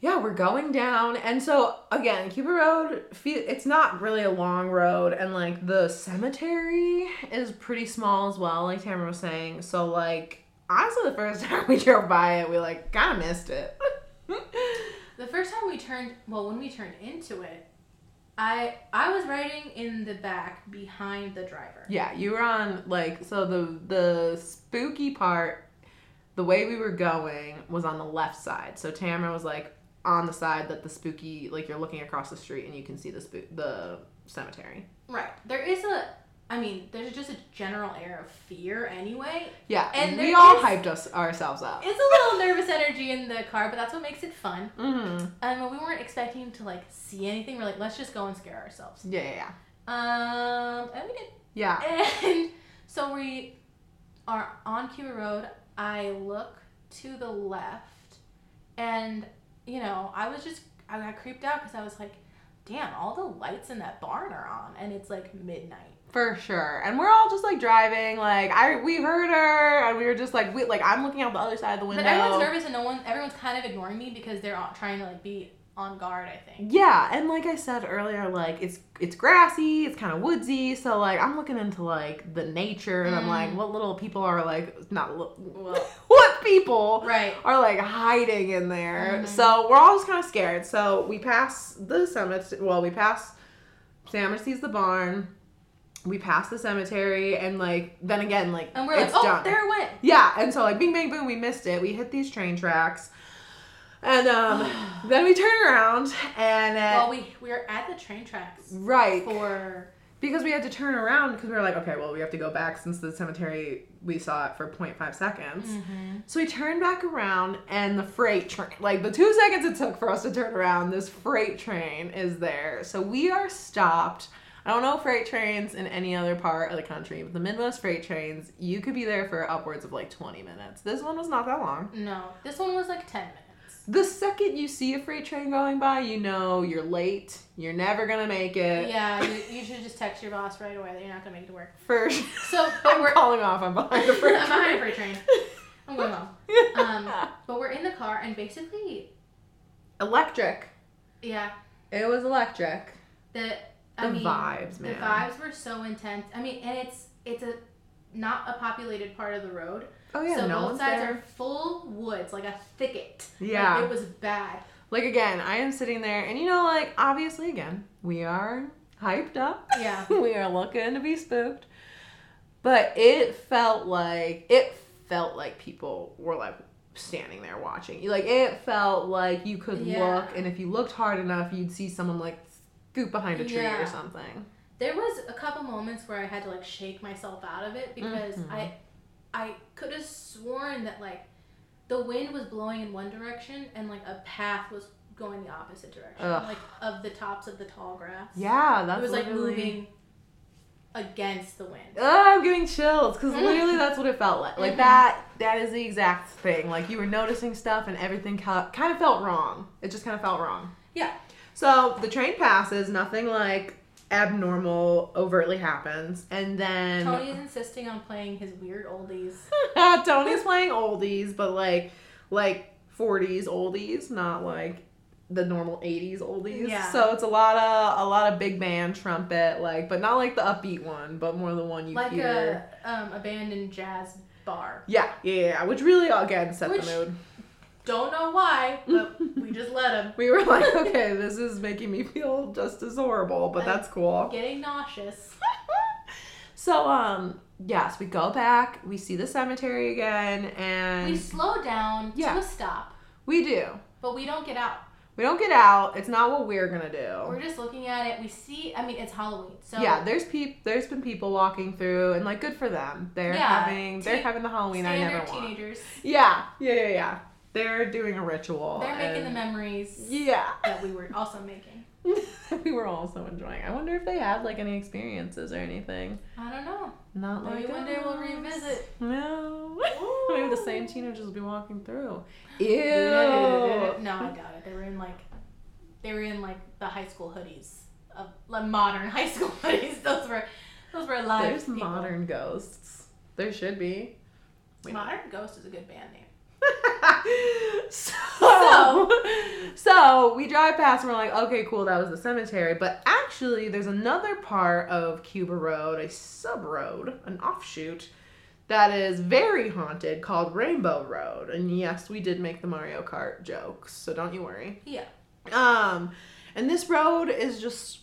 [SPEAKER 1] Yeah, we're going down, and so again, Cuba Road. fe- It's not really a long road, and like the cemetery is pretty small as well. Like Tamara was saying, so like honestly, the first time we drove by it, we like kind of missed it.
[SPEAKER 2] The first time we turned, well, when we turned into it, I I was riding in the back behind the driver.
[SPEAKER 1] Yeah, you were on like so the the spooky part, the way we were going was on the left side. So Tamara was like on the side that the spooky like you're looking across the street and you can see the spook the cemetery.
[SPEAKER 2] Right. There is a I mean, there's just a general air of fear anyway.
[SPEAKER 1] Yeah,
[SPEAKER 2] And
[SPEAKER 1] we
[SPEAKER 2] there
[SPEAKER 1] all
[SPEAKER 2] is-
[SPEAKER 1] hyped us ourselves up.
[SPEAKER 2] It's a little nervous energy in the car, but that's what makes it fun.
[SPEAKER 1] Mm-hmm.
[SPEAKER 2] And when we weren't expecting to like see anything, we're like, let's just go and scare ourselves.
[SPEAKER 1] Yeah, yeah, yeah.
[SPEAKER 2] Um, and we did.
[SPEAKER 1] Yeah.
[SPEAKER 2] And so we are on Cuba Road. I look to the left, and you know, I was just I got creeped out because I was like, damn, all the lights in that barn are on, and it's like midnight.
[SPEAKER 1] For sure. And we're all just like driving, like I we heard her and we were just like we like I'm looking out the other side of the window.
[SPEAKER 2] But everyone's nervous, and no one, everyone's kind of ignoring me because they're all trying to like be on guard. I think.
[SPEAKER 1] Yeah, and like I said earlier, like it's it's grassy, it's kind of woodsy, so like I'm looking into like the nature and I'm like
[SPEAKER 2] Mm.
[SPEAKER 1] what little people are like not li-
[SPEAKER 2] Well-
[SPEAKER 1] what people
[SPEAKER 2] Right.
[SPEAKER 1] are like hiding in there.
[SPEAKER 2] Mhm.
[SPEAKER 1] So we're all just kind of scared. So we pass the cemetery. Well, we pass. Sam sees the barn. We pass the cemetery, and like then again, like
[SPEAKER 2] And we're like, oh, there it went.
[SPEAKER 1] Yeah, and so like bing bang boom, we missed it. We hit these train tracks, and um, then we turn around and uh,
[SPEAKER 2] Well, we we were at the train tracks
[SPEAKER 1] right
[SPEAKER 2] for
[SPEAKER 1] because we had to turn around because we were like, okay, well we have to go back since the cemetery we saw it for 0.5 seconds. So we turned back around and the freight train, like the two seconds it took for us to turn around, this freight train is there. So we are stopped. I don't know freight trains in any other part of the country, but the Midwest freight trains, you could be there for upwards of like 20 minutes. This one was not that long.
[SPEAKER 2] no. This one was like ten minutes.
[SPEAKER 1] The second you see a freight train going by, you know you're late. You're never gonna make it.
[SPEAKER 2] Yeah, you, you should just text your boss right away that you're not gonna make it to work.
[SPEAKER 1] First,
[SPEAKER 2] So, but
[SPEAKER 1] I'm
[SPEAKER 2] we're
[SPEAKER 1] calling off. I'm behind the
[SPEAKER 2] I'm
[SPEAKER 1] freight
[SPEAKER 2] behind a
[SPEAKER 1] train.
[SPEAKER 2] freight train. I'm going home. Um, but we're in the car and basically,
[SPEAKER 1] electric.
[SPEAKER 2] yeah,
[SPEAKER 1] It was electric.
[SPEAKER 2] the
[SPEAKER 1] The
[SPEAKER 2] I mean,
[SPEAKER 1] vibes,
[SPEAKER 2] the
[SPEAKER 1] man.
[SPEAKER 2] vibes were so intense. I mean, and it's it's a not a populated part of the road,
[SPEAKER 1] Oh yeah,
[SPEAKER 2] so
[SPEAKER 1] no
[SPEAKER 2] both
[SPEAKER 1] one's
[SPEAKER 2] sides
[SPEAKER 1] there.
[SPEAKER 2] are full woods, like a thicket. Like,
[SPEAKER 1] Yeah.
[SPEAKER 2] it was bad.
[SPEAKER 1] Like again, I am sitting there, and you know, like obviously, again, we are hyped up.
[SPEAKER 2] Yeah.
[SPEAKER 1] we are looking to be spooked, but it felt like it felt like people were like standing there watching. you. Like it felt like you could
[SPEAKER 2] Yeah.
[SPEAKER 1] look, and if you looked hard enough, you'd see someone like scoop behind a tree
[SPEAKER 2] Yeah.
[SPEAKER 1] or something.
[SPEAKER 2] There was a couple moments where I had to like shake myself out of it because
[SPEAKER 1] Mhm.
[SPEAKER 2] I I could have sworn that like the wind was blowing in one direction and like a path was going the opposite direction.
[SPEAKER 1] Ugh.
[SPEAKER 2] Like of the tops of the tall grass.
[SPEAKER 1] Yeah, that's
[SPEAKER 2] It was like
[SPEAKER 1] literally-
[SPEAKER 2] moving against the wind.
[SPEAKER 1] Oh, I'm getting chills because
[SPEAKER 2] Mhm.
[SPEAKER 1] literally that's what it felt like. Like
[SPEAKER 2] Mhm.
[SPEAKER 1] that, that is the exact thing. Like you were noticing stuff and everything kind of felt wrong. It just kind of felt wrong.
[SPEAKER 2] Yeah.
[SPEAKER 1] So the train passes, nothing like abnormal overtly happens, and then
[SPEAKER 2] Tony is insisting on playing his weird oldies.
[SPEAKER 1] Tony's playing oldies, but like like 40s oldies, not like the normal 80s oldies.
[SPEAKER 2] Yeah.
[SPEAKER 1] So it's a lot of a lot of big band trumpet, like but not like the upbeat one, but more the one you
[SPEAKER 2] Like
[SPEAKER 1] hear.
[SPEAKER 2] a um, abandoned jazz bar.
[SPEAKER 1] Yeah, yeah, yeah, yeah, which really again set
[SPEAKER 2] Which-
[SPEAKER 1] the mood.
[SPEAKER 2] Don't know why, but we just let him.
[SPEAKER 1] We were like, okay, this is making me feel just as horrible, but
[SPEAKER 2] I-
[SPEAKER 1] that's cool.
[SPEAKER 2] Getting nauseous.
[SPEAKER 1] So, um, yes, we go back, we see the cemetery again, and
[SPEAKER 2] We
[SPEAKER 1] we,
[SPEAKER 2] slow down
[SPEAKER 1] Yeah.
[SPEAKER 2] to a stop.
[SPEAKER 1] do.
[SPEAKER 2] But we don't get out.
[SPEAKER 1] We don't get out. It's not what we're gonna do.
[SPEAKER 2] We're just looking at it. We see. I mean, it's Halloween, so
[SPEAKER 1] yeah, there's peop there's been people walking through, and like, good for them. They're
[SPEAKER 2] Yeah,
[SPEAKER 1] having they're
[SPEAKER 2] teen-
[SPEAKER 1] having the Halloween I never
[SPEAKER 2] standard
[SPEAKER 1] want.
[SPEAKER 2] teenagers.
[SPEAKER 1] Yeah, yeah, yeah, yeah. They're doing a ritual.
[SPEAKER 2] They're making the
[SPEAKER 1] Oh, and-
[SPEAKER 2] memories
[SPEAKER 1] Yeah.
[SPEAKER 2] that we were also making.
[SPEAKER 1] we were also enjoying. I wonder if they had like any experiences or anything.
[SPEAKER 2] I don't know.
[SPEAKER 1] Not
[SPEAKER 2] Maybe
[SPEAKER 1] like
[SPEAKER 2] one day we'll
[SPEAKER 1] us.
[SPEAKER 2] revisit.
[SPEAKER 1] No.
[SPEAKER 2] Ooh.
[SPEAKER 1] Maybe the same teenagers will be walking through. Ew.
[SPEAKER 2] No, I doubt it. They were in like, they were in like the high school hoodies of like modern high school hoodies. Those were, those were live.
[SPEAKER 1] Ah, There's
[SPEAKER 2] people.
[SPEAKER 1] modern ghosts. There should be. Wait.
[SPEAKER 2] Modern Ghost is a good band name.
[SPEAKER 1] so,
[SPEAKER 2] So-
[SPEAKER 1] so we drive past and we're like, okay, cool, that was the cemetery. But actually, there's another part of Cuba Road, a sub road, an offshoot, that is very haunted called Rainbow Road. And yes, we did make the Mario Kart jokes, so don't you worry.
[SPEAKER 2] Yeah.
[SPEAKER 1] Um, and this road is just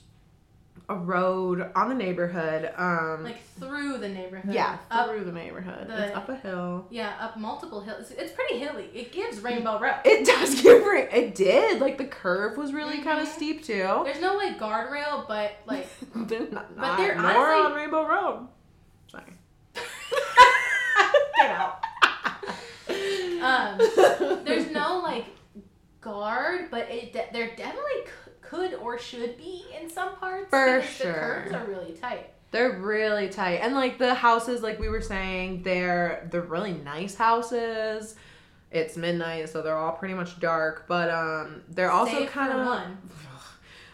[SPEAKER 1] a road on the neighborhood. Um,
[SPEAKER 2] like through the neighborhood.
[SPEAKER 1] yeah,
[SPEAKER 2] up.
[SPEAKER 1] through the neighborhood.
[SPEAKER 2] the-
[SPEAKER 1] it's up a hill.
[SPEAKER 2] Yeah, up multiple hills. It's pretty hilly. It gives Rainbow Road.
[SPEAKER 1] It does give ra- it did like the curve was really kind of
[SPEAKER 2] Mhm.
[SPEAKER 1] steep too.
[SPEAKER 2] There's no like guardrail, but like
[SPEAKER 1] they're not,
[SPEAKER 2] But they're
[SPEAKER 1] not- nor
[SPEAKER 2] honestly-
[SPEAKER 1] on Rainbow Road. Sorry.
[SPEAKER 2] get out. Um, There's no like guard, but it de- there definitely c- could or should be in some parts.
[SPEAKER 1] For
[SPEAKER 2] because The curves
[SPEAKER 1] sure.
[SPEAKER 2] are really tight.
[SPEAKER 1] They're really tight. And like the houses, like we were saying, they're they're really nice houses. It's midnight, so they're all pretty much dark, but um they're also
[SPEAKER 2] Save for
[SPEAKER 1] kind of
[SPEAKER 2] one.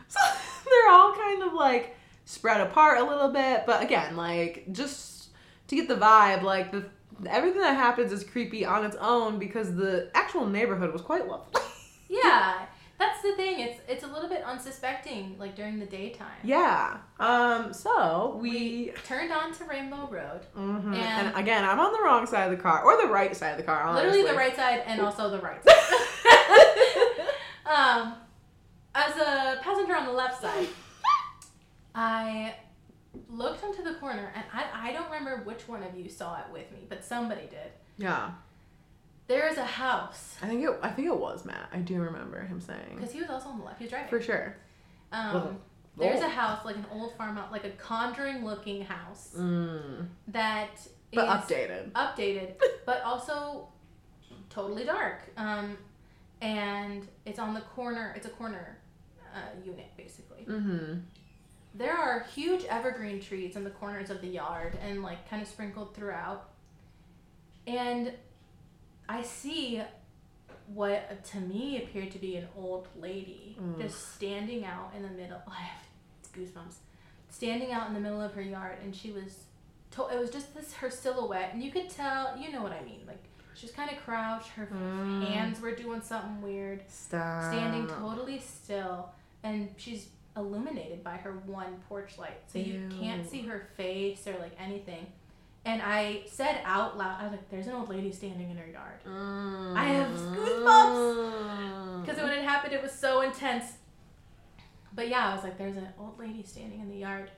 [SPEAKER 1] so they're all kind of like spread apart a little bit, but again, like just to get the vibe, like the everything that happens is creepy on its own because the actual neighborhood was quite lovely.
[SPEAKER 2] Yeah, that's the thing. It's it's a little bit unsuspecting, like during the daytime.
[SPEAKER 1] yeah. Um so we,
[SPEAKER 2] We turned on to Rainbow Road,
[SPEAKER 1] Mhm.
[SPEAKER 2] And-
[SPEAKER 1] and, again, I'm on the wrong side of the car or the right side of the car. Honestly.
[SPEAKER 2] literally the right side and also the right side. um, as a passenger on the left side, I looked onto the corner, and I, I don't remember which one of you saw it with me, but somebody did.
[SPEAKER 1] yeah,
[SPEAKER 2] There is a house
[SPEAKER 1] I think it. I think it was Matt. I do remember him saying
[SPEAKER 2] because he was also on the left. He was driving.
[SPEAKER 1] Mm. for sure.
[SPEAKER 2] Um,
[SPEAKER 1] Well,
[SPEAKER 2] there's a
[SPEAKER 1] well.
[SPEAKER 2] house, like an old farmhouse, like a conjuring-looking house
[SPEAKER 1] Mm.
[SPEAKER 2] that
[SPEAKER 1] But
[SPEAKER 2] is-
[SPEAKER 1] updated.
[SPEAKER 2] updated, but also totally dark. Um, and it's on the corner. It's a corner uh, unit basically.
[SPEAKER 1] Mm-hmm.
[SPEAKER 2] There are huge evergreen trees in the corners of the yard and like kind of sprinkled throughout. And I see what to me appeared to be an old lady
[SPEAKER 1] Mm.
[SPEAKER 2] just standing out in the middle. I have goosebumps. Standing out in the middle of her yard, and she was, to- it was just this her silhouette, and you could tell. You know what I mean? Like she was kind of crouched. Her
[SPEAKER 1] Mm.
[SPEAKER 2] hands were doing something weird
[SPEAKER 1] Stop.
[SPEAKER 2] standing totally still and she's illuminated by her one porch light so you can't
[SPEAKER 1] Ew.
[SPEAKER 2] see her face or like anything and i said out loud i was like there's an old lady standing in her yard
[SPEAKER 1] Mm.
[SPEAKER 2] I have goosebumps.
[SPEAKER 1] Mm-hmm.
[SPEAKER 2] because when it happened it was so intense but yeah i was like there's an old lady standing in the yard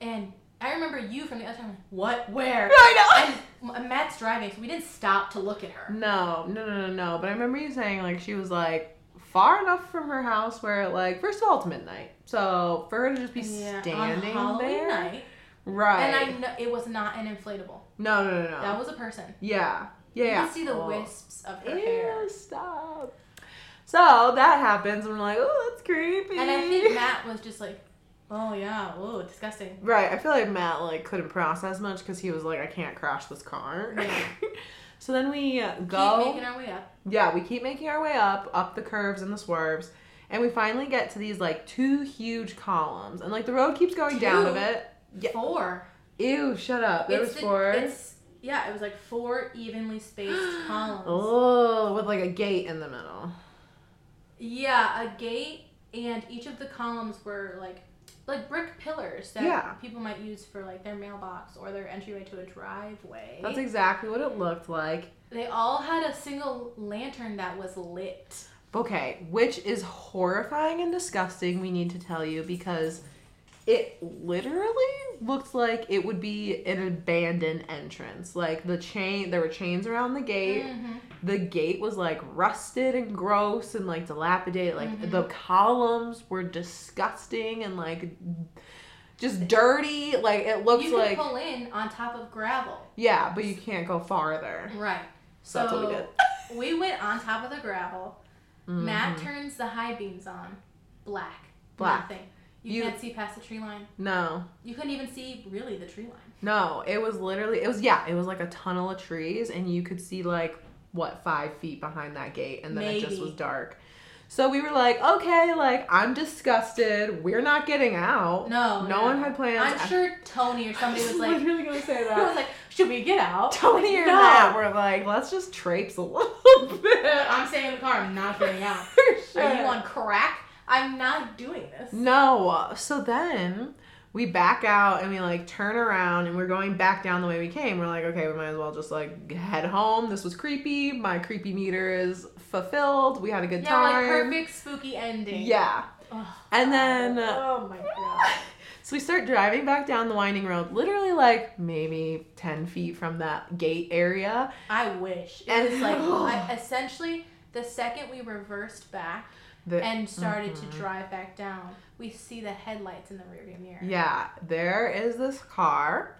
[SPEAKER 2] and i remember you from the other time like, what where
[SPEAKER 1] I
[SPEAKER 2] and M- matt's driving so we didn't stop to look at her
[SPEAKER 1] No, no, no, no, no. But I remember you saying like she was like far enough from her house where like first of all it's midnight, so for her to just be standing
[SPEAKER 2] on Halloween
[SPEAKER 1] there,
[SPEAKER 2] night,
[SPEAKER 1] right? Oh.
[SPEAKER 2] and i know it was not an inflatable
[SPEAKER 1] no, no, no, no.
[SPEAKER 2] that was a person
[SPEAKER 1] yeah, yeah.
[SPEAKER 2] You
[SPEAKER 1] yeah.
[SPEAKER 2] can see the
[SPEAKER 1] Oh.
[SPEAKER 2] wisps of her hair.
[SPEAKER 1] Ew, stop. So that happens, and we're like, oh, that's creepy.
[SPEAKER 2] And I think Matt was just like, oh yeah, whoa, disgusting.
[SPEAKER 1] Right, I feel like Matt like couldn't process much because he was like, I can't crash this car.
[SPEAKER 2] Yeah.
[SPEAKER 1] so then we uh,
[SPEAKER 2] Keep
[SPEAKER 1] go.
[SPEAKER 2] making our way up.
[SPEAKER 1] yeah, we keep making our way up, up the curves and the swerves, and we finally get to these like two huge columns, and like the road keeps going down a
[SPEAKER 2] Two?
[SPEAKER 1] bit. Yeah.
[SPEAKER 2] Four.
[SPEAKER 1] Ew, shut up. There
[SPEAKER 2] It's
[SPEAKER 1] was
[SPEAKER 2] the-
[SPEAKER 1] four.
[SPEAKER 2] It's yeah, it was like four evenly spaced columns.
[SPEAKER 1] Oh, with like a gate in the middle.
[SPEAKER 2] Yeah, a gate, and each of the columns were like like brick pillars that
[SPEAKER 1] Yeah.
[SPEAKER 2] people might use for like their mailbox or their entryway to a driveway.
[SPEAKER 1] That's exactly what it looked like.
[SPEAKER 2] they all had a single lantern that was lit.
[SPEAKER 1] Okay, which is horrifying and disgusting, we need to tell you, because it literally looked like it would be an abandoned entrance. Like the chain, there were chains around the gate.
[SPEAKER 2] Mhm.
[SPEAKER 1] The gate was like rusted and gross and like dilapidated. Like
[SPEAKER 2] Mm-hmm.
[SPEAKER 1] the columns were disgusting and like just dirty. Like it looks
[SPEAKER 2] You could
[SPEAKER 1] like,
[SPEAKER 2] pull in on top of gravel.
[SPEAKER 1] yeah, but you can't go farther.
[SPEAKER 2] Right.
[SPEAKER 1] So that's what we did.
[SPEAKER 2] we went on top of the gravel.
[SPEAKER 1] Mm-hmm.
[SPEAKER 2] Matt turns the high beams on. Black.
[SPEAKER 1] Black.
[SPEAKER 2] Nothing. You,
[SPEAKER 1] You-
[SPEAKER 2] can't see past the tree line.
[SPEAKER 1] No,
[SPEAKER 2] You couldn't even see really the tree line.
[SPEAKER 1] No, it was literally it was yeah, it was like a tunnel of trees and you could see like what five feet behind that gate and then it just
[SPEAKER 2] Maybe.
[SPEAKER 1] was dark. So we were like, okay, like I'm disgusted. We're not getting out.
[SPEAKER 2] No.
[SPEAKER 1] No one had plans.
[SPEAKER 2] I'm sure Tony or somebody was like,
[SPEAKER 1] really gonna say
[SPEAKER 2] I was
[SPEAKER 1] that.
[SPEAKER 2] like, should we get out?
[SPEAKER 1] Tony
[SPEAKER 2] Like,
[SPEAKER 1] or
[SPEAKER 2] no.
[SPEAKER 1] Matt were like, let's just traipse a little bit.
[SPEAKER 2] I'm staying in the car. I'm not getting out.
[SPEAKER 1] For
[SPEAKER 2] Are you
[SPEAKER 1] sure.
[SPEAKER 2] on crack? I'm not doing this.
[SPEAKER 1] No. So then we back out and we like turn around and we're going back down the way we came. We're like, okay, we might as well just like head home. This was creepy. My creepy meter is fulfilled. We had a good
[SPEAKER 2] Yeah, like
[SPEAKER 1] time.
[SPEAKER 2] perfect spooky ending.
[SPEAKER 1] yeah.
[SPEAKER 2] Ugh.
[SPEAKER 1] And then uh,
[SPEAKER 2] Oh my god.
[SPEAKER 1] So we start driving back down the winding road, literally like maybe 10 feet from that gate area.
[SPEAKER 2] I wish. It
[SPEAKER 1] And-
[SPEAKER 2] was like I, essentially the second we reversed back
[SPEAKER 1] The- mm-hmm.
[SPEAKER 2] and started to drive back down, we see the headlights in the rearview mirror.
[SPEAKER 1] Yeah, there is this car,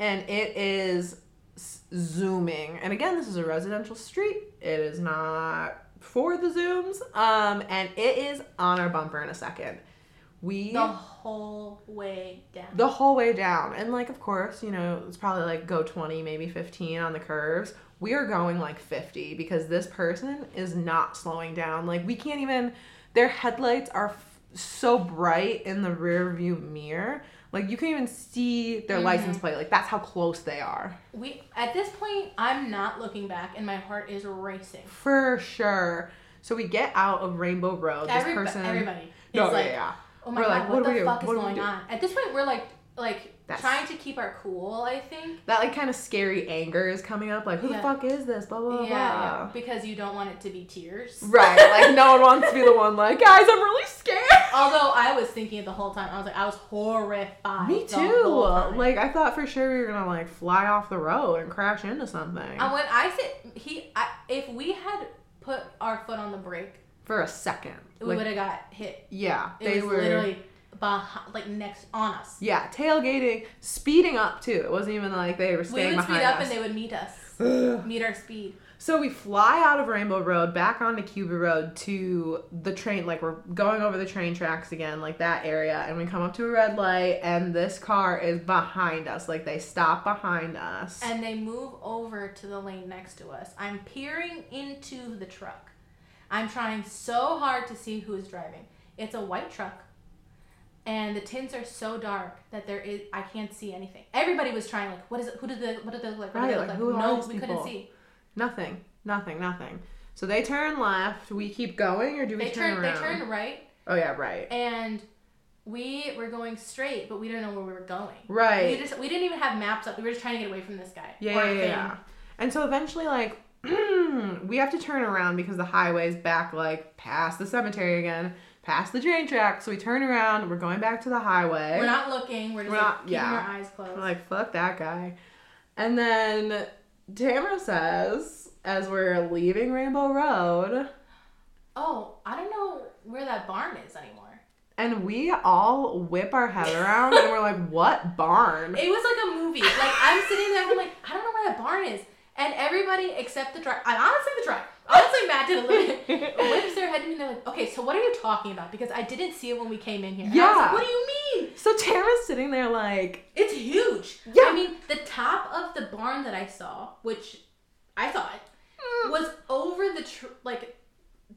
[SPEAKER 1] and it is s- zooming. And again, this is a residential street. It is not for the zooms. Um, and it is on our bumper in a second. We
[SPEAKER 2] The whole way down.
[SPEAKER 1] the whole way down. And like, of course, you know, it's probably like go 20, maybe 15 on the curves. We are going like 50 because this person is not slowing down. Like, we can't even, their headlights are f- so bright in the rear view mirror. Like, you can't even see their
[SPEAKER 2] Mm-hmm.
[SPEAKER 1] license plate. Like, that's how close they are.
[SPEAKER 2] we at this point, I'm not looking back, and my heart is racing.
[SPEAKER 1] For sure. So we get out of Rainbow Road. This
[SPEAKER 2] Everybo-
[SPEAKER 1] person.
[SPEAKER 2] everybody is
[SPEAKER 1] No,
[SPEAKER 2] like,
[SPEAKER 1] yeah, yeah.
[SPEAKER 2] oh my
[SPEAKER 1] We're
[SPEAKER 2] god,
[SPEAKER 1] like,
[SPEAKER 2] what,
[SPEAKER 1] what do we
[SPEAKER 2] the
[SPEAKER 1] do?
[SPEAKER 2] fuck is
[SPEAKER 1] What do we
[SPEAKER 2] going
[SPEAKER 1] do?
[SPEAKER 2] on? At this point, we're like, like
[SPEAKER 1] That's-
[SPEAKER 2] trying to keep our cool. I think.
[SPEAKER 1] That, like, kind of scary anger is coming up. Like, who
[SPEAKER 2] Yeah.
[SPEAKER 1] the fuck is this? Blah, blah, blah.
[SPEAKER 2] Yeah, yeah, because you don't want it to be tears.
[SPEAKER 1] Right. Like no one wants to be the one like, guys, I'm really scared.
[SPEAKER 2] Although I was thinking it the whole time, I was like, I was horrified.
[SPEAKER 1] Me
[SPEAKER 2] the whole time.
[SPEAKER 1] too. Like I thought for sure we were gonna like fly off the road and crash into something
[SPEAKER 2] and when I said he, I, if we had put our foot on the brake,
[SPEAKER 1] for a second.
[SPEAKER 2] we
[SPEAKER 1] Like,
[SPEAKER 2] would have got hit.
[SPEAKER 1] yeah,
[SPEAKER 2] It
[SPEAKER 1] they
[SPEAKER 2] was
[SPEAKER 1] were
[SPEAKER 2] literally behind, like next on us.
[SPEAKER 1] yeah tailgating, speeding up too. It wasn't even like they were
[SPEAKER 2] We
[SPEAKER 1] staying
[SPEAKER 2] would
[SPEAKER 1] behind
[SPEAKER 2] speed up
[SPEAKER 1] us.
[SPEAKER 2] and they would meet us, meet our speed.
[SPEAKER 1] So we fly out of Rainbow Road back onto Cuba Road to the train, like we're going over the train tracks again, like that area, and we come up to a red light, and this car is behind us. Like they stop behind us.
[SPEAKER 2] And they move over to the lane next to us. I'm peering into the truck. I'm trying so hard to see who's driving. It's a white truck. And the tints are so dark that there is I can't see anything. Everybody was trying like what is it who did the what did they look like? What do
[SPEAKER 1] Right,
[SPEAKER 2] they
[SPEAKER 1] like, who
[SPEAKER 2] look
[SPEAKER 1] are
[SPEAKER 2] like?
[SPEAKER 1] these
[SPEAKER 2] no, we couldn't
[SPEAKER 1] people?
[SPEAKER 2] see.
[SPEAKER 1] Nothing. Nothing. Nothing. So they turn left. We keep going, or do we
[SPEAKER 2] They
[SPEAKER 1] turn,
[SPEAKER 2] turned they
[SPEAKER 1] around?
[SPEAKER 2] turned right
[SPEAKER 1] Oh yeah, right.
[SPEAKER 2] and we were going straight, but we didn't know where we were going. We
[SPEAKER 1] Right.
[SPEAKER 2] just we didn't even have maps up. We were just trying to get away from this guy.
[SPEAKER 1] yeah,
[SPEAKER 2] or
[SPEAKER 1] yeah, yeah,
[SPEAKER 2] thing.
[SPEAKER 1] yeah. And so eventually, like, we have to turn around because the highway's back, like, past the cemetery again, past the train track. So we turn around. We're going back to the highway.
[SPEAKER 2] We're not looking. We're just
[SPEAKER 1] We're
[SPEAKER 2] like,
[SPEAKER 1] not-
[SPEAKER 2] keeping
[SPEAKER 1] yeah.
[SPEAKER 2] our eyes closed.
[SPEAKER 1] We're like, fuck that guy. And then Tamara says, as we're leaving Rainbow Road,
[SPEAKER 2] oh, I don't know where that barn is anymore.
[SPEAKER 1] and we all whip our head around and we're like, what barn?
[SPEAKER 2] It was like a movie. Like I'm sitting there, I'm like, I don't know where that barn is, and everybody except the driver, and honestly the driver, honestly Matt did a little bit, whips their head at me. and They're like, okay, so what are you talking about? Because I didn't see it when we came in here. And I was like,
[SPEAKER 1] Yeah.
[SPEAKER 2] what do you mean?
[SPEAKER 1] So Tamara's sitting there like,
[SPEAKER 2] It's huge.
[SPEAKER 1] Yeah.
[SPEAKER 2] I mean, the top of the barn that I saw, which I saw
[SPEAKER 1] Mm.
[SPEAKER 2] it, was over the tr- like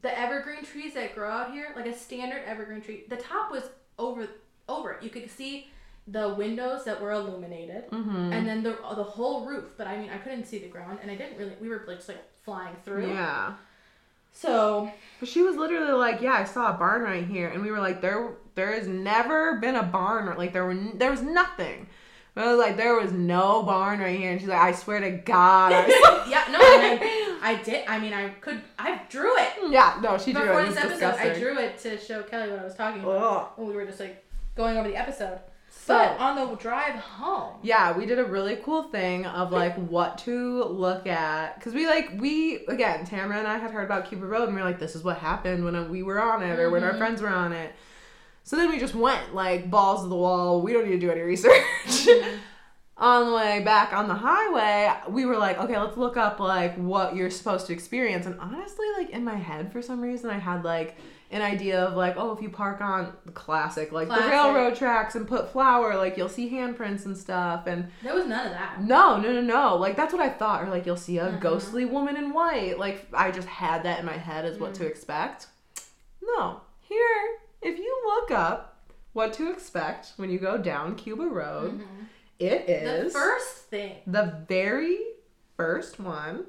[SPEAKER 2] the evergreen trees that grow out here, like a standard evergreen tree. The top was over over it. You could see the windows that were illuminated,
[SPEAKER 1] Mm-hmm.
[SPEAKER 2] and then the the whole roof. But I mean, I couldn't see the ground, and I didn't really. We were like, just like flying through.
[SPEAKER 1] yeah.
[SPEAKER 2] So
[SPEAKER 1] But she was literally like, yeah, I saw a barn right here, and we were like, there, there has never been a barn. Like there were, there was nothing. But I was like, there was no barn right here, and she's like, I swear to God. I-
[SPEAKER 2] yeah, no, and I, I did. I mean, I could. I drew it
[SPEAKER 1] yeah, no, she drew it.
[SPEAKER 2] before
[SPEAKER 1] It was
[SPEAKER 2] this episode.
[SPEAKER 1] disgusting.
[SPEAKER 2] I drew it to show Kelly what I was talking about.
[SPEAKER 1] Ugh.
[SPEAKER 2] when we were just like going over the episode.
[SPEAKER 1] So-
[SPEAKER 2] but on the drive home,
[SPEAKER 1] Yeah, we did a really cool thing of like what to look at because we like we again Tamara and I had heard about Cuba Road and we were like this is what happened when uh, we were on it or when our friends were on it. So then we just went like balls to the wall. We don't need to do any research. on the way back on the highway, we were like, okay, let's look up like what you're supposed to experience. And honestly, like in my head for some reason, I had like an idea of like, oh, if you park on the classic like
[SPEAKER 2] Classic.
[SPEAKER 1] the railroad tracks and put flour, like you'll see handprints and stuff. And
[SPEAKER 2] there was none of that.
[SPEAKER 1] no, no, no, no. Like that's what I thought. Or like you'll see
[SPEAKER 2] Mm-hmm.
[SPEAKER 1] a ghostly woman in white. Like I just had that in my head as what
[SPEAKER 2] Mm.
[SPEAKER 1] to expect. No. Here, if you look up what to expect when you go down Cuba Road, it
[SPEAKER 2] Mm-hmm. The
[SPEAKER 1] is
[SPEAKER 2] first thing
[SPEAKER 1] the very first one.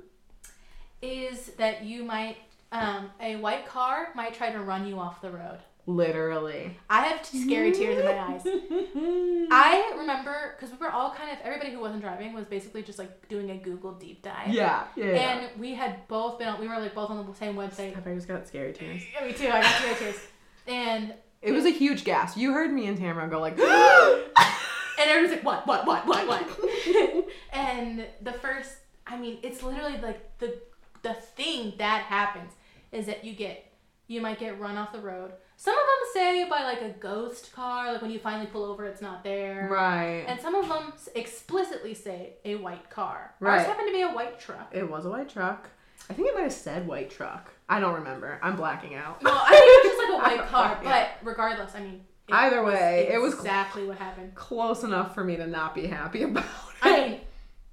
[SPEAKER 2] is that you might um, a white car might try to run you off the road.
[SPEAKER 1] Literally.
[SPEAKER 2] I have scary tears in my eyes. I remember because we were all kind of everybody who wasn't driving was basically just like doing a Google deep dive.
[SPEAKER 1] yeah, yeah. yeah.
[SPEAKER 2] And we had both been on, we were like both on the same website.
[SPEAKER 1] I just got scary tears.
[SPEAKER 2] Yeah, me too. I got tear tears. And
[SPEAKER 1] It was a huge gasp. You heard me and Tamara go like,
[SPEAKER 2] And everyone's like, what, what, what, what, what? and the first, I mean, it's literally like the the thing that happens is that you get, you might get run off the road. Some of them say by like a ghost car, like when you finally pull over, it's not there.
[SPEAKER 1] right.
[SPEAKER 2] And some of them explicitly say a white car. Ours
[SPEAKER 1] Right.
[SPEAKER 2] happened to be a white truck.
[SPEAKER 1] It was a white truck. I think it might have said white truck. I don't remember. I'm blacking out.
[SPEAKER 2] Well, I think it was just like a
[SPEAKER 1] I
[SPEAKER 2] white
[SPEAKER 1] don't
[SPEAKER 2] car,
[SPEAKER 1] know,
[SPEAKER 2] but regardless, I mean. it
[SPEAKER 1] Either way, it was cl-
[SPEAKER 2] exactly what happened.
[SPEAKER 1] Close enough for me to not be happy about it.
[SPEAKER 2] I mean,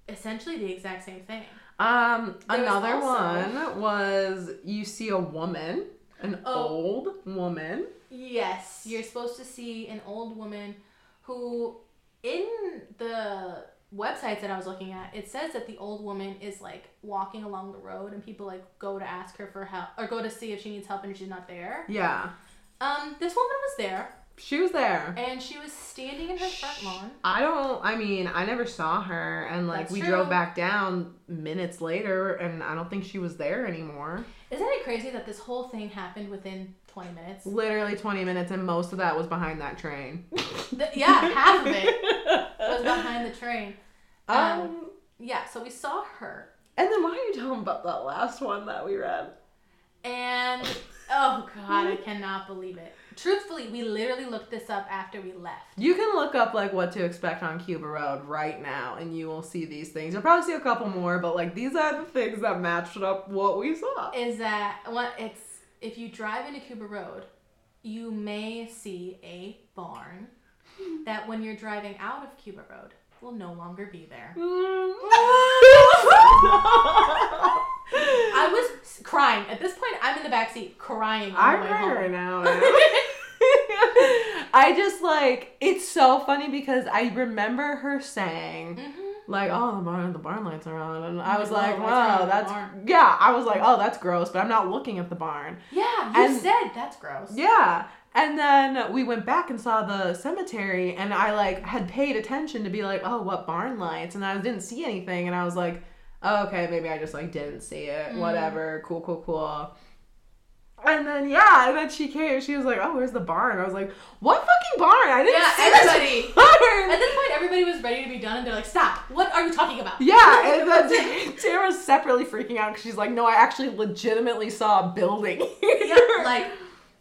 [SPEAKER 2] essentially the exact same thing.
[SPEAKER 1] Um,
[SPEAKER 2] There was
[SPEAKER 1] another
[SPEAKER 2] also-
[SPEAKER 1] one was you see a woman, an
[SPEAKER 2] Oh.
[SPEAKER 1] old woman.
[SPEAKER 2] Yes. You're supposed to see an old woman who, in the websites that I was looking at, it says that the old woman is like walking along the road and people like go to ask her for help or go to see if she needs help and she's not there.
[SPEAKER 1] Yeah,
[SPEAKER 2] Um, this woman was there
[SPEAKER 1] she was there.
[SPEAKER 2] and she was standing in her front lawn.
[SPEAKER 1] I don't. I mean, I never saw her, and like
[SPEAKER 2] That's
[SPEAKER 1] we
[SPEAKER 2] true.
[SPEAKER 1] drove back down minutes later, and I don't think she was there anymore.
[SPEAKER 2] Isn't it crazy that this whole thing happened within 20 minutes?
[SPEAKER 1] Literally twenty minutes, and most of that was behind that train.
[SPEAKER 2] The- yeah, half of it was behind the train.
[SPEAKER 1] Um,
[SPEAKER 2] Um, Yeah, so we saw her
[SPEAKER 1] and then why are you telling about that last one that we read?
[SPEAKER 2] And oh god, I cannot believe it. Truthfully, we literally looked this up after we left.
[SPEAKER 1] You can look up like what to expect on Cuba Road right now, and you will see these things. You'll probably see a couple more, but like these are the things that matched up what we saw.
[SPEAKER 2] Is that what it's if you drive into Cuba Road, you may see a barn that when you're driving out of Cuba Road will no longer be there.
[SPEAKER 1] Mm-hmm. I'm
[SPEAKER 2] I was s- crying. At this point, I'm in the backseat crying. on the way home.
[SPEAKER 1] crying now. I just like it's so funny because I remember her saying
[SPEAKER 2] Mhm.
[SPEAKER 1] like, "Oh, the barn, the barn lights are on," and I was
[SPEAKER 2] like,
[SPEAKER 1] like,
[SPEAKER 2] "Oh, the lights are on
[SPEAKER 1] "Wow,
[SPEAKER 2] in the
[SPEAKER 1] that's
[SPEAKER 2] barn."
[SPEAKER 1] yeah." I was like, "Oh, that's gross," but I'm not looking at the barn.
[SPEAKER 2] Yeah, you
[SPEAKER 1] And-
[SPEAKER 2] said that's gross.
[SPEAKER 1] Yeah. And then we went back and saw the cemetery, and I like had paid attention to be like, oh, what barn lights? And I didn't see anything, and I was like, oh, okay, maybe I just like didn't see it.
[SPEAKER 2] Mm-hmm.
[SPEAKER 1] Whatever. Cool, cool, cool. And then yeah, and then she came. She was like, "Oh, where's the barn?" I was like, "What fucking barn? I didn't
[SPEAKER 2] Yeah,
[SPEAKER 1] see this
[SPEAKER 2] everybody.
[SPEAKER 1] barn."
[SPEAKER 2] At this point, everybody was ready to be done, and they're like, "Stop! What are you talking about?"
[SPEAKER 1] Yeah, and then Tara's separately freaking out because she's like, "No, I actually legitimately saw a building."
[SPEAKER 2] yeah, like,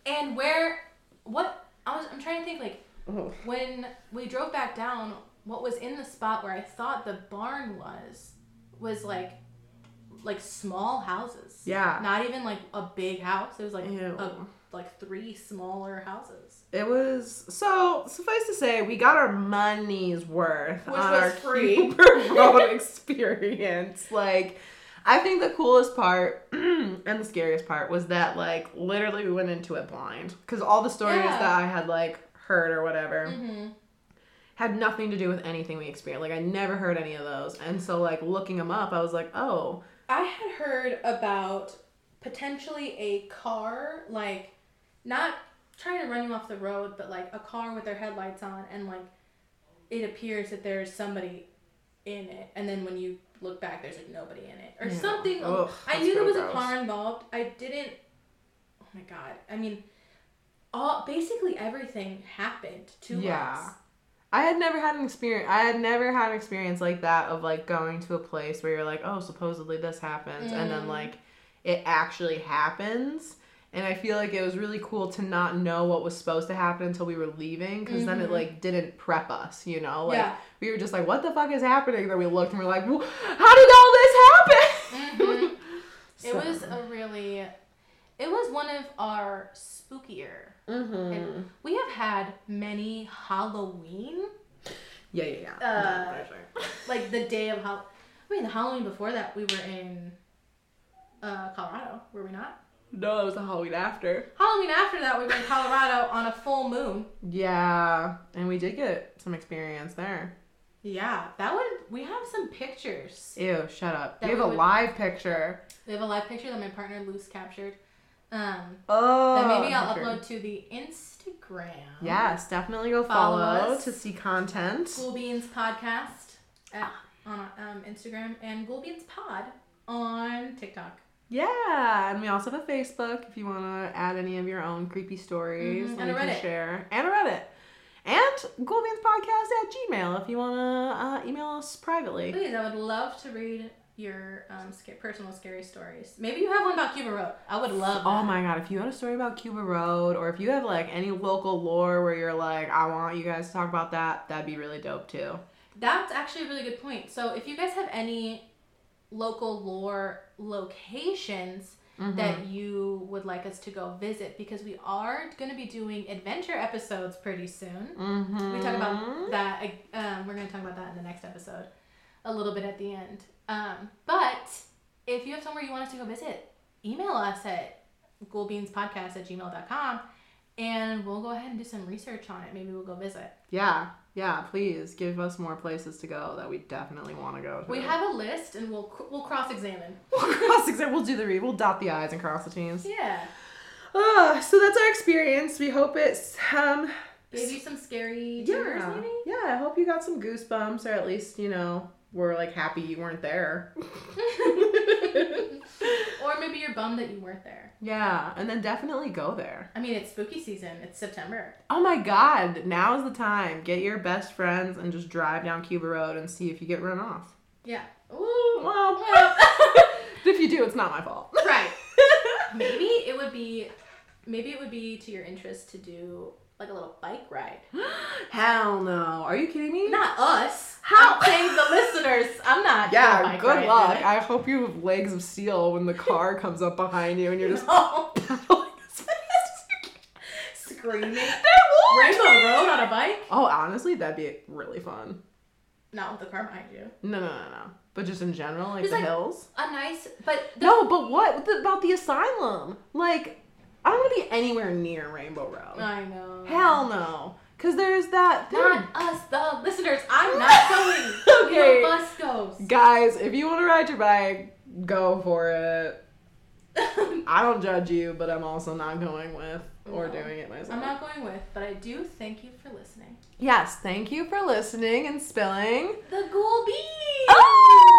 [SPEAKER 2] and where, what, I was, I'm trying to think, like,
[SPEAKER 1] Oh.
[SPEAKER 2] when we drove back down, what was in the spot where I thought the barn was, was like, like small houses.
[SPEAKER 1] Yeah.
[SPEAKER 2] Not even like a big house. It was like,
[SPEAKER 1] Ew.
[SPEAKER 2] a, like three smaller houses.
[SPEAKER 1] It was so suffice to say, we got our money's worth
[SPEAKER 2] Which
[SPEAKER 1] on
[SPEAKER 2] was
[SPEAKER 1] our
[SPEAKER 2] free.
[SPEAKER 1] Cooper Road experience. Like, I think the coolest part and the scariest part was that like literally we went into it blind because all the stories
[SPEAKER 2] Yeah.
[SPEAKER 1] that I had like heard or whatever
[SPEAKER 2] Mm-hmm.
[SPEAKER 1] had nothing to do with anything we experienced. Like, I never heard any of those, and so like looking them up, I was like, oh,
[SPEAKER 2] I had heard about potentially a car, like, not trying to run you off the road, but like a car with their headlights on, and like it appears that there's somebody in it, and then when you look back, there's like nobody in it or
[SPEAKER 1] Yeah.
[SPEAKER 2] something.
[SPEAKER 1] Ugh,
[SPEAKER 2] I
[SPEAKER 1] that's
[SPEAKER 2] knew there
[SPEAKER 1] really
[SPEAKER 2] was a
[SPEAKER 1] gross.
[SPEAKER 2] car involved. I didn't. Oh my god! I mean, all basically everything happened to
[SPEAKER 1] Yeah.
[SPEAKER 2] us.
[SPEAKER 1] I had never had an experience. I had never had an experience like that of like going to a place where you're like, oh, supposedly this happens, and then
[SPEAKER 2] Mm.
[SPEAKER 1] like it actually happens. And I feel like it was really cool to not know what was supposed to happen until we were leaving, because then it
[SPEAKER 2] Mhm.
[SPEAKER 1] like didn't prep us, you know? Like
[SPEAKER 2] Yeah.
[SPEAKER 1] we were just like, what the fuck is happening? Then we looked and we're like, "Wh- how did all this happen?
[SPEAKER 2] Mhm. It
[SPEAKER 1] So-
[SPEAKER 2] was a really, it was one of our spookier
[SPEAKER 1] Mhm.
[SPEAKER 2] And we have had many Halloween,
[SPEAKER 1] yeah, yeah, yeah.
[SPEAKER 2] Uh,
[SPEAKER 1] No, for sure.
[SPEAKER 2] like the day of Halloween. I mean, the Halloween before that, we were in uh, Colorado, were we not?
[SPEAKER 1] no, it was the Halloween after.
[SPEAKER 2] Halloween after that, we were in Colorado on a full moon.
[SPEAKER 1] Yeah, and we did get some experience there.
[SPEAKER 2] Yeah, that would. We have some pictures.
[SPEAKER 1] Ew, shut up.
[SPEAKER 2] That
[SPEAKER 1] we have
[SPEAKER 2] we
[SPEAKER 1] a
[SPEAKER 2] would-
[SPEAKER 1] live picture.
[SPEAKER 2] We have a live picture that my partner Luce captured. Um,
[SPEAKER 1] Oh.
[SPEAKER 2] that maybe I'll upload to the Instagram.
[SPEAKER 1] Yes, definitely go
[SPEAKER 2] Follow
[SPEAKER 1] follow,
[SPEAKER 2] us.
[SPEAKER 1] to see content.
[SPEAKER 2] Ghoul Beans Podcast at, on um, Instagram and Ghoul Beans Pod on TikTok.
[SPEAKER 1] Yeah, and we also have a Facebook if you want to add any of your own creepy stories
[SPEAKER 2] Mhm,
[SPEAKER 1] that
[SPEAKER 2] and a
[SPEAKER 1] we can
[SPEAKER 2] Reddit.
[SPEAKER 1] share, and a Reddit, and Podcast at Gmail if you want to uh, email us privately.
[SPEAKER 2] Please, I would love to read your um, sca- personal scary stories. Maybe you have one about Cuba Road. I would love.
[SPEAKER 1] Oh
[SPEAKER 2] that.
[SPEAKER 1] my god, if you had a story about Cuba Road, or if you have like any local lore where you're like, I want you guys to talk about that, that'd be really dope too.
[SPEAKER 2] That's actually a really good point. So if you guys have any local lore locations
[SPEAKER 1] Mm-hmm.
[SPEAKER 2] that you would like us to go visit, because we are going to be doing adventure episodes pretty soon.
[SPEAKER 1] Mm-hmm.
[SPEAKER 2] We talk about that. Um, we're going to talk about that in the next episode, a little bit at the end. Um, but if you have somewhere you want us to go visit, email us at ghoulbeanspodcast at gmail.com and we'll go ahead and do some research on it. Maybe we'll go visit.
[SPEAKER 1] Yeah, yeah. Please give us more places to go that we definitely want to go. To.
[SPEAKER 2] We have a list and we'll we'll cross examine.
[SPEAKER 1] We'll cross exam. We'll do the read. We'll dot the i's and cross the t's.
[SPEAKER 2] Yeah.
[SPEAKER 1] Ah, so that's our experience. We hope it's um
[SPEAKER 2] Maybe some scary terrors,
[SPEAKER 1] yeah
[SPEAKER 2] maybe?
[SPEAKER 1] yeah. I hope you got some goosebumps, or at least you know we're like happy you weren't there.
[SPEAKER 2] or maybe you're bummed that you weren't there.
[SPEAKER 1] yeah, and then definitely go there.
[SPEAKER 2] I mean, it's spooky season. It's September.
[SPEAKER 1] Oh my God! Now is the time. Get your best friends and just drive down Cuba Road and see if you get run off.
[SPEAKER 2] Yeah. Ooh.
[SPEAKER 1] Well,
[SPEAKER 2] well.
[SPEAKER 1] if you do, it's not my fault.
[SPEAKER 2] right. Maybe it would be, maybe it would be to your interest to do like a little bike ride.
[SPEAKER 1] Hell no! Are you kidding me?
[SPEAKER 2] Not us.
[SPEAKER 1] How-
[SPEAKER 2] I'm saying the listeners. I'm not. doing a
[SPEAKER 1] Yeah,
[SPEAKER 2] bike
[SPEAKER 1] good
[SPEAKER 2] ride,
[SPEAKER 1] luck.
[SPEAKER 2] dude.
[SPEAKER 1] I hope you have legs of steel when the car comes up behind you and you're just
[SPEAKER 2] No. Screaming. Rainbow Road on a bike?
[SPEAKER 1] Oh, honestly, that'd be really fun.
[SPEAKER 2] Not with the car behind you.
[SPEAKER 1] No, no, no, no. But just in general, like
[SPEAKER 2] Just
[SPEAKER 1] the
[SPEAKER 2] like-
[SPEAKER 1] hills.
[SPEAKER 2] A nice, but the,
[SPEAKER 1] No, but what with the- about the asylum? Like, I don't want to be anywhere near Rainbow Road.
[SPEAKER 2] I know.
[SPEAKER 1] Hell no, because there's that.
[SPEAKER 2] Not us, the listeners. I'm not going.
[SPEAKER 1] Okay.
[SPEAKER 2] okay. The bus goes.
[SPEAKER 1] Guys, if you want to ride your bike, go for it. I don't judge you, but I'm also not going with or
[SPEAKER 2] No.
[SPEAKER 1] doing it myself.
[SPEAKER 2] I'm not going with, but I do thank you for listening.
[SPEAKER 1] Yes, thank you for listening and spilling.
[SPEAKER 2] The Ghoul Bees!
[SPEAKER 1] Oh!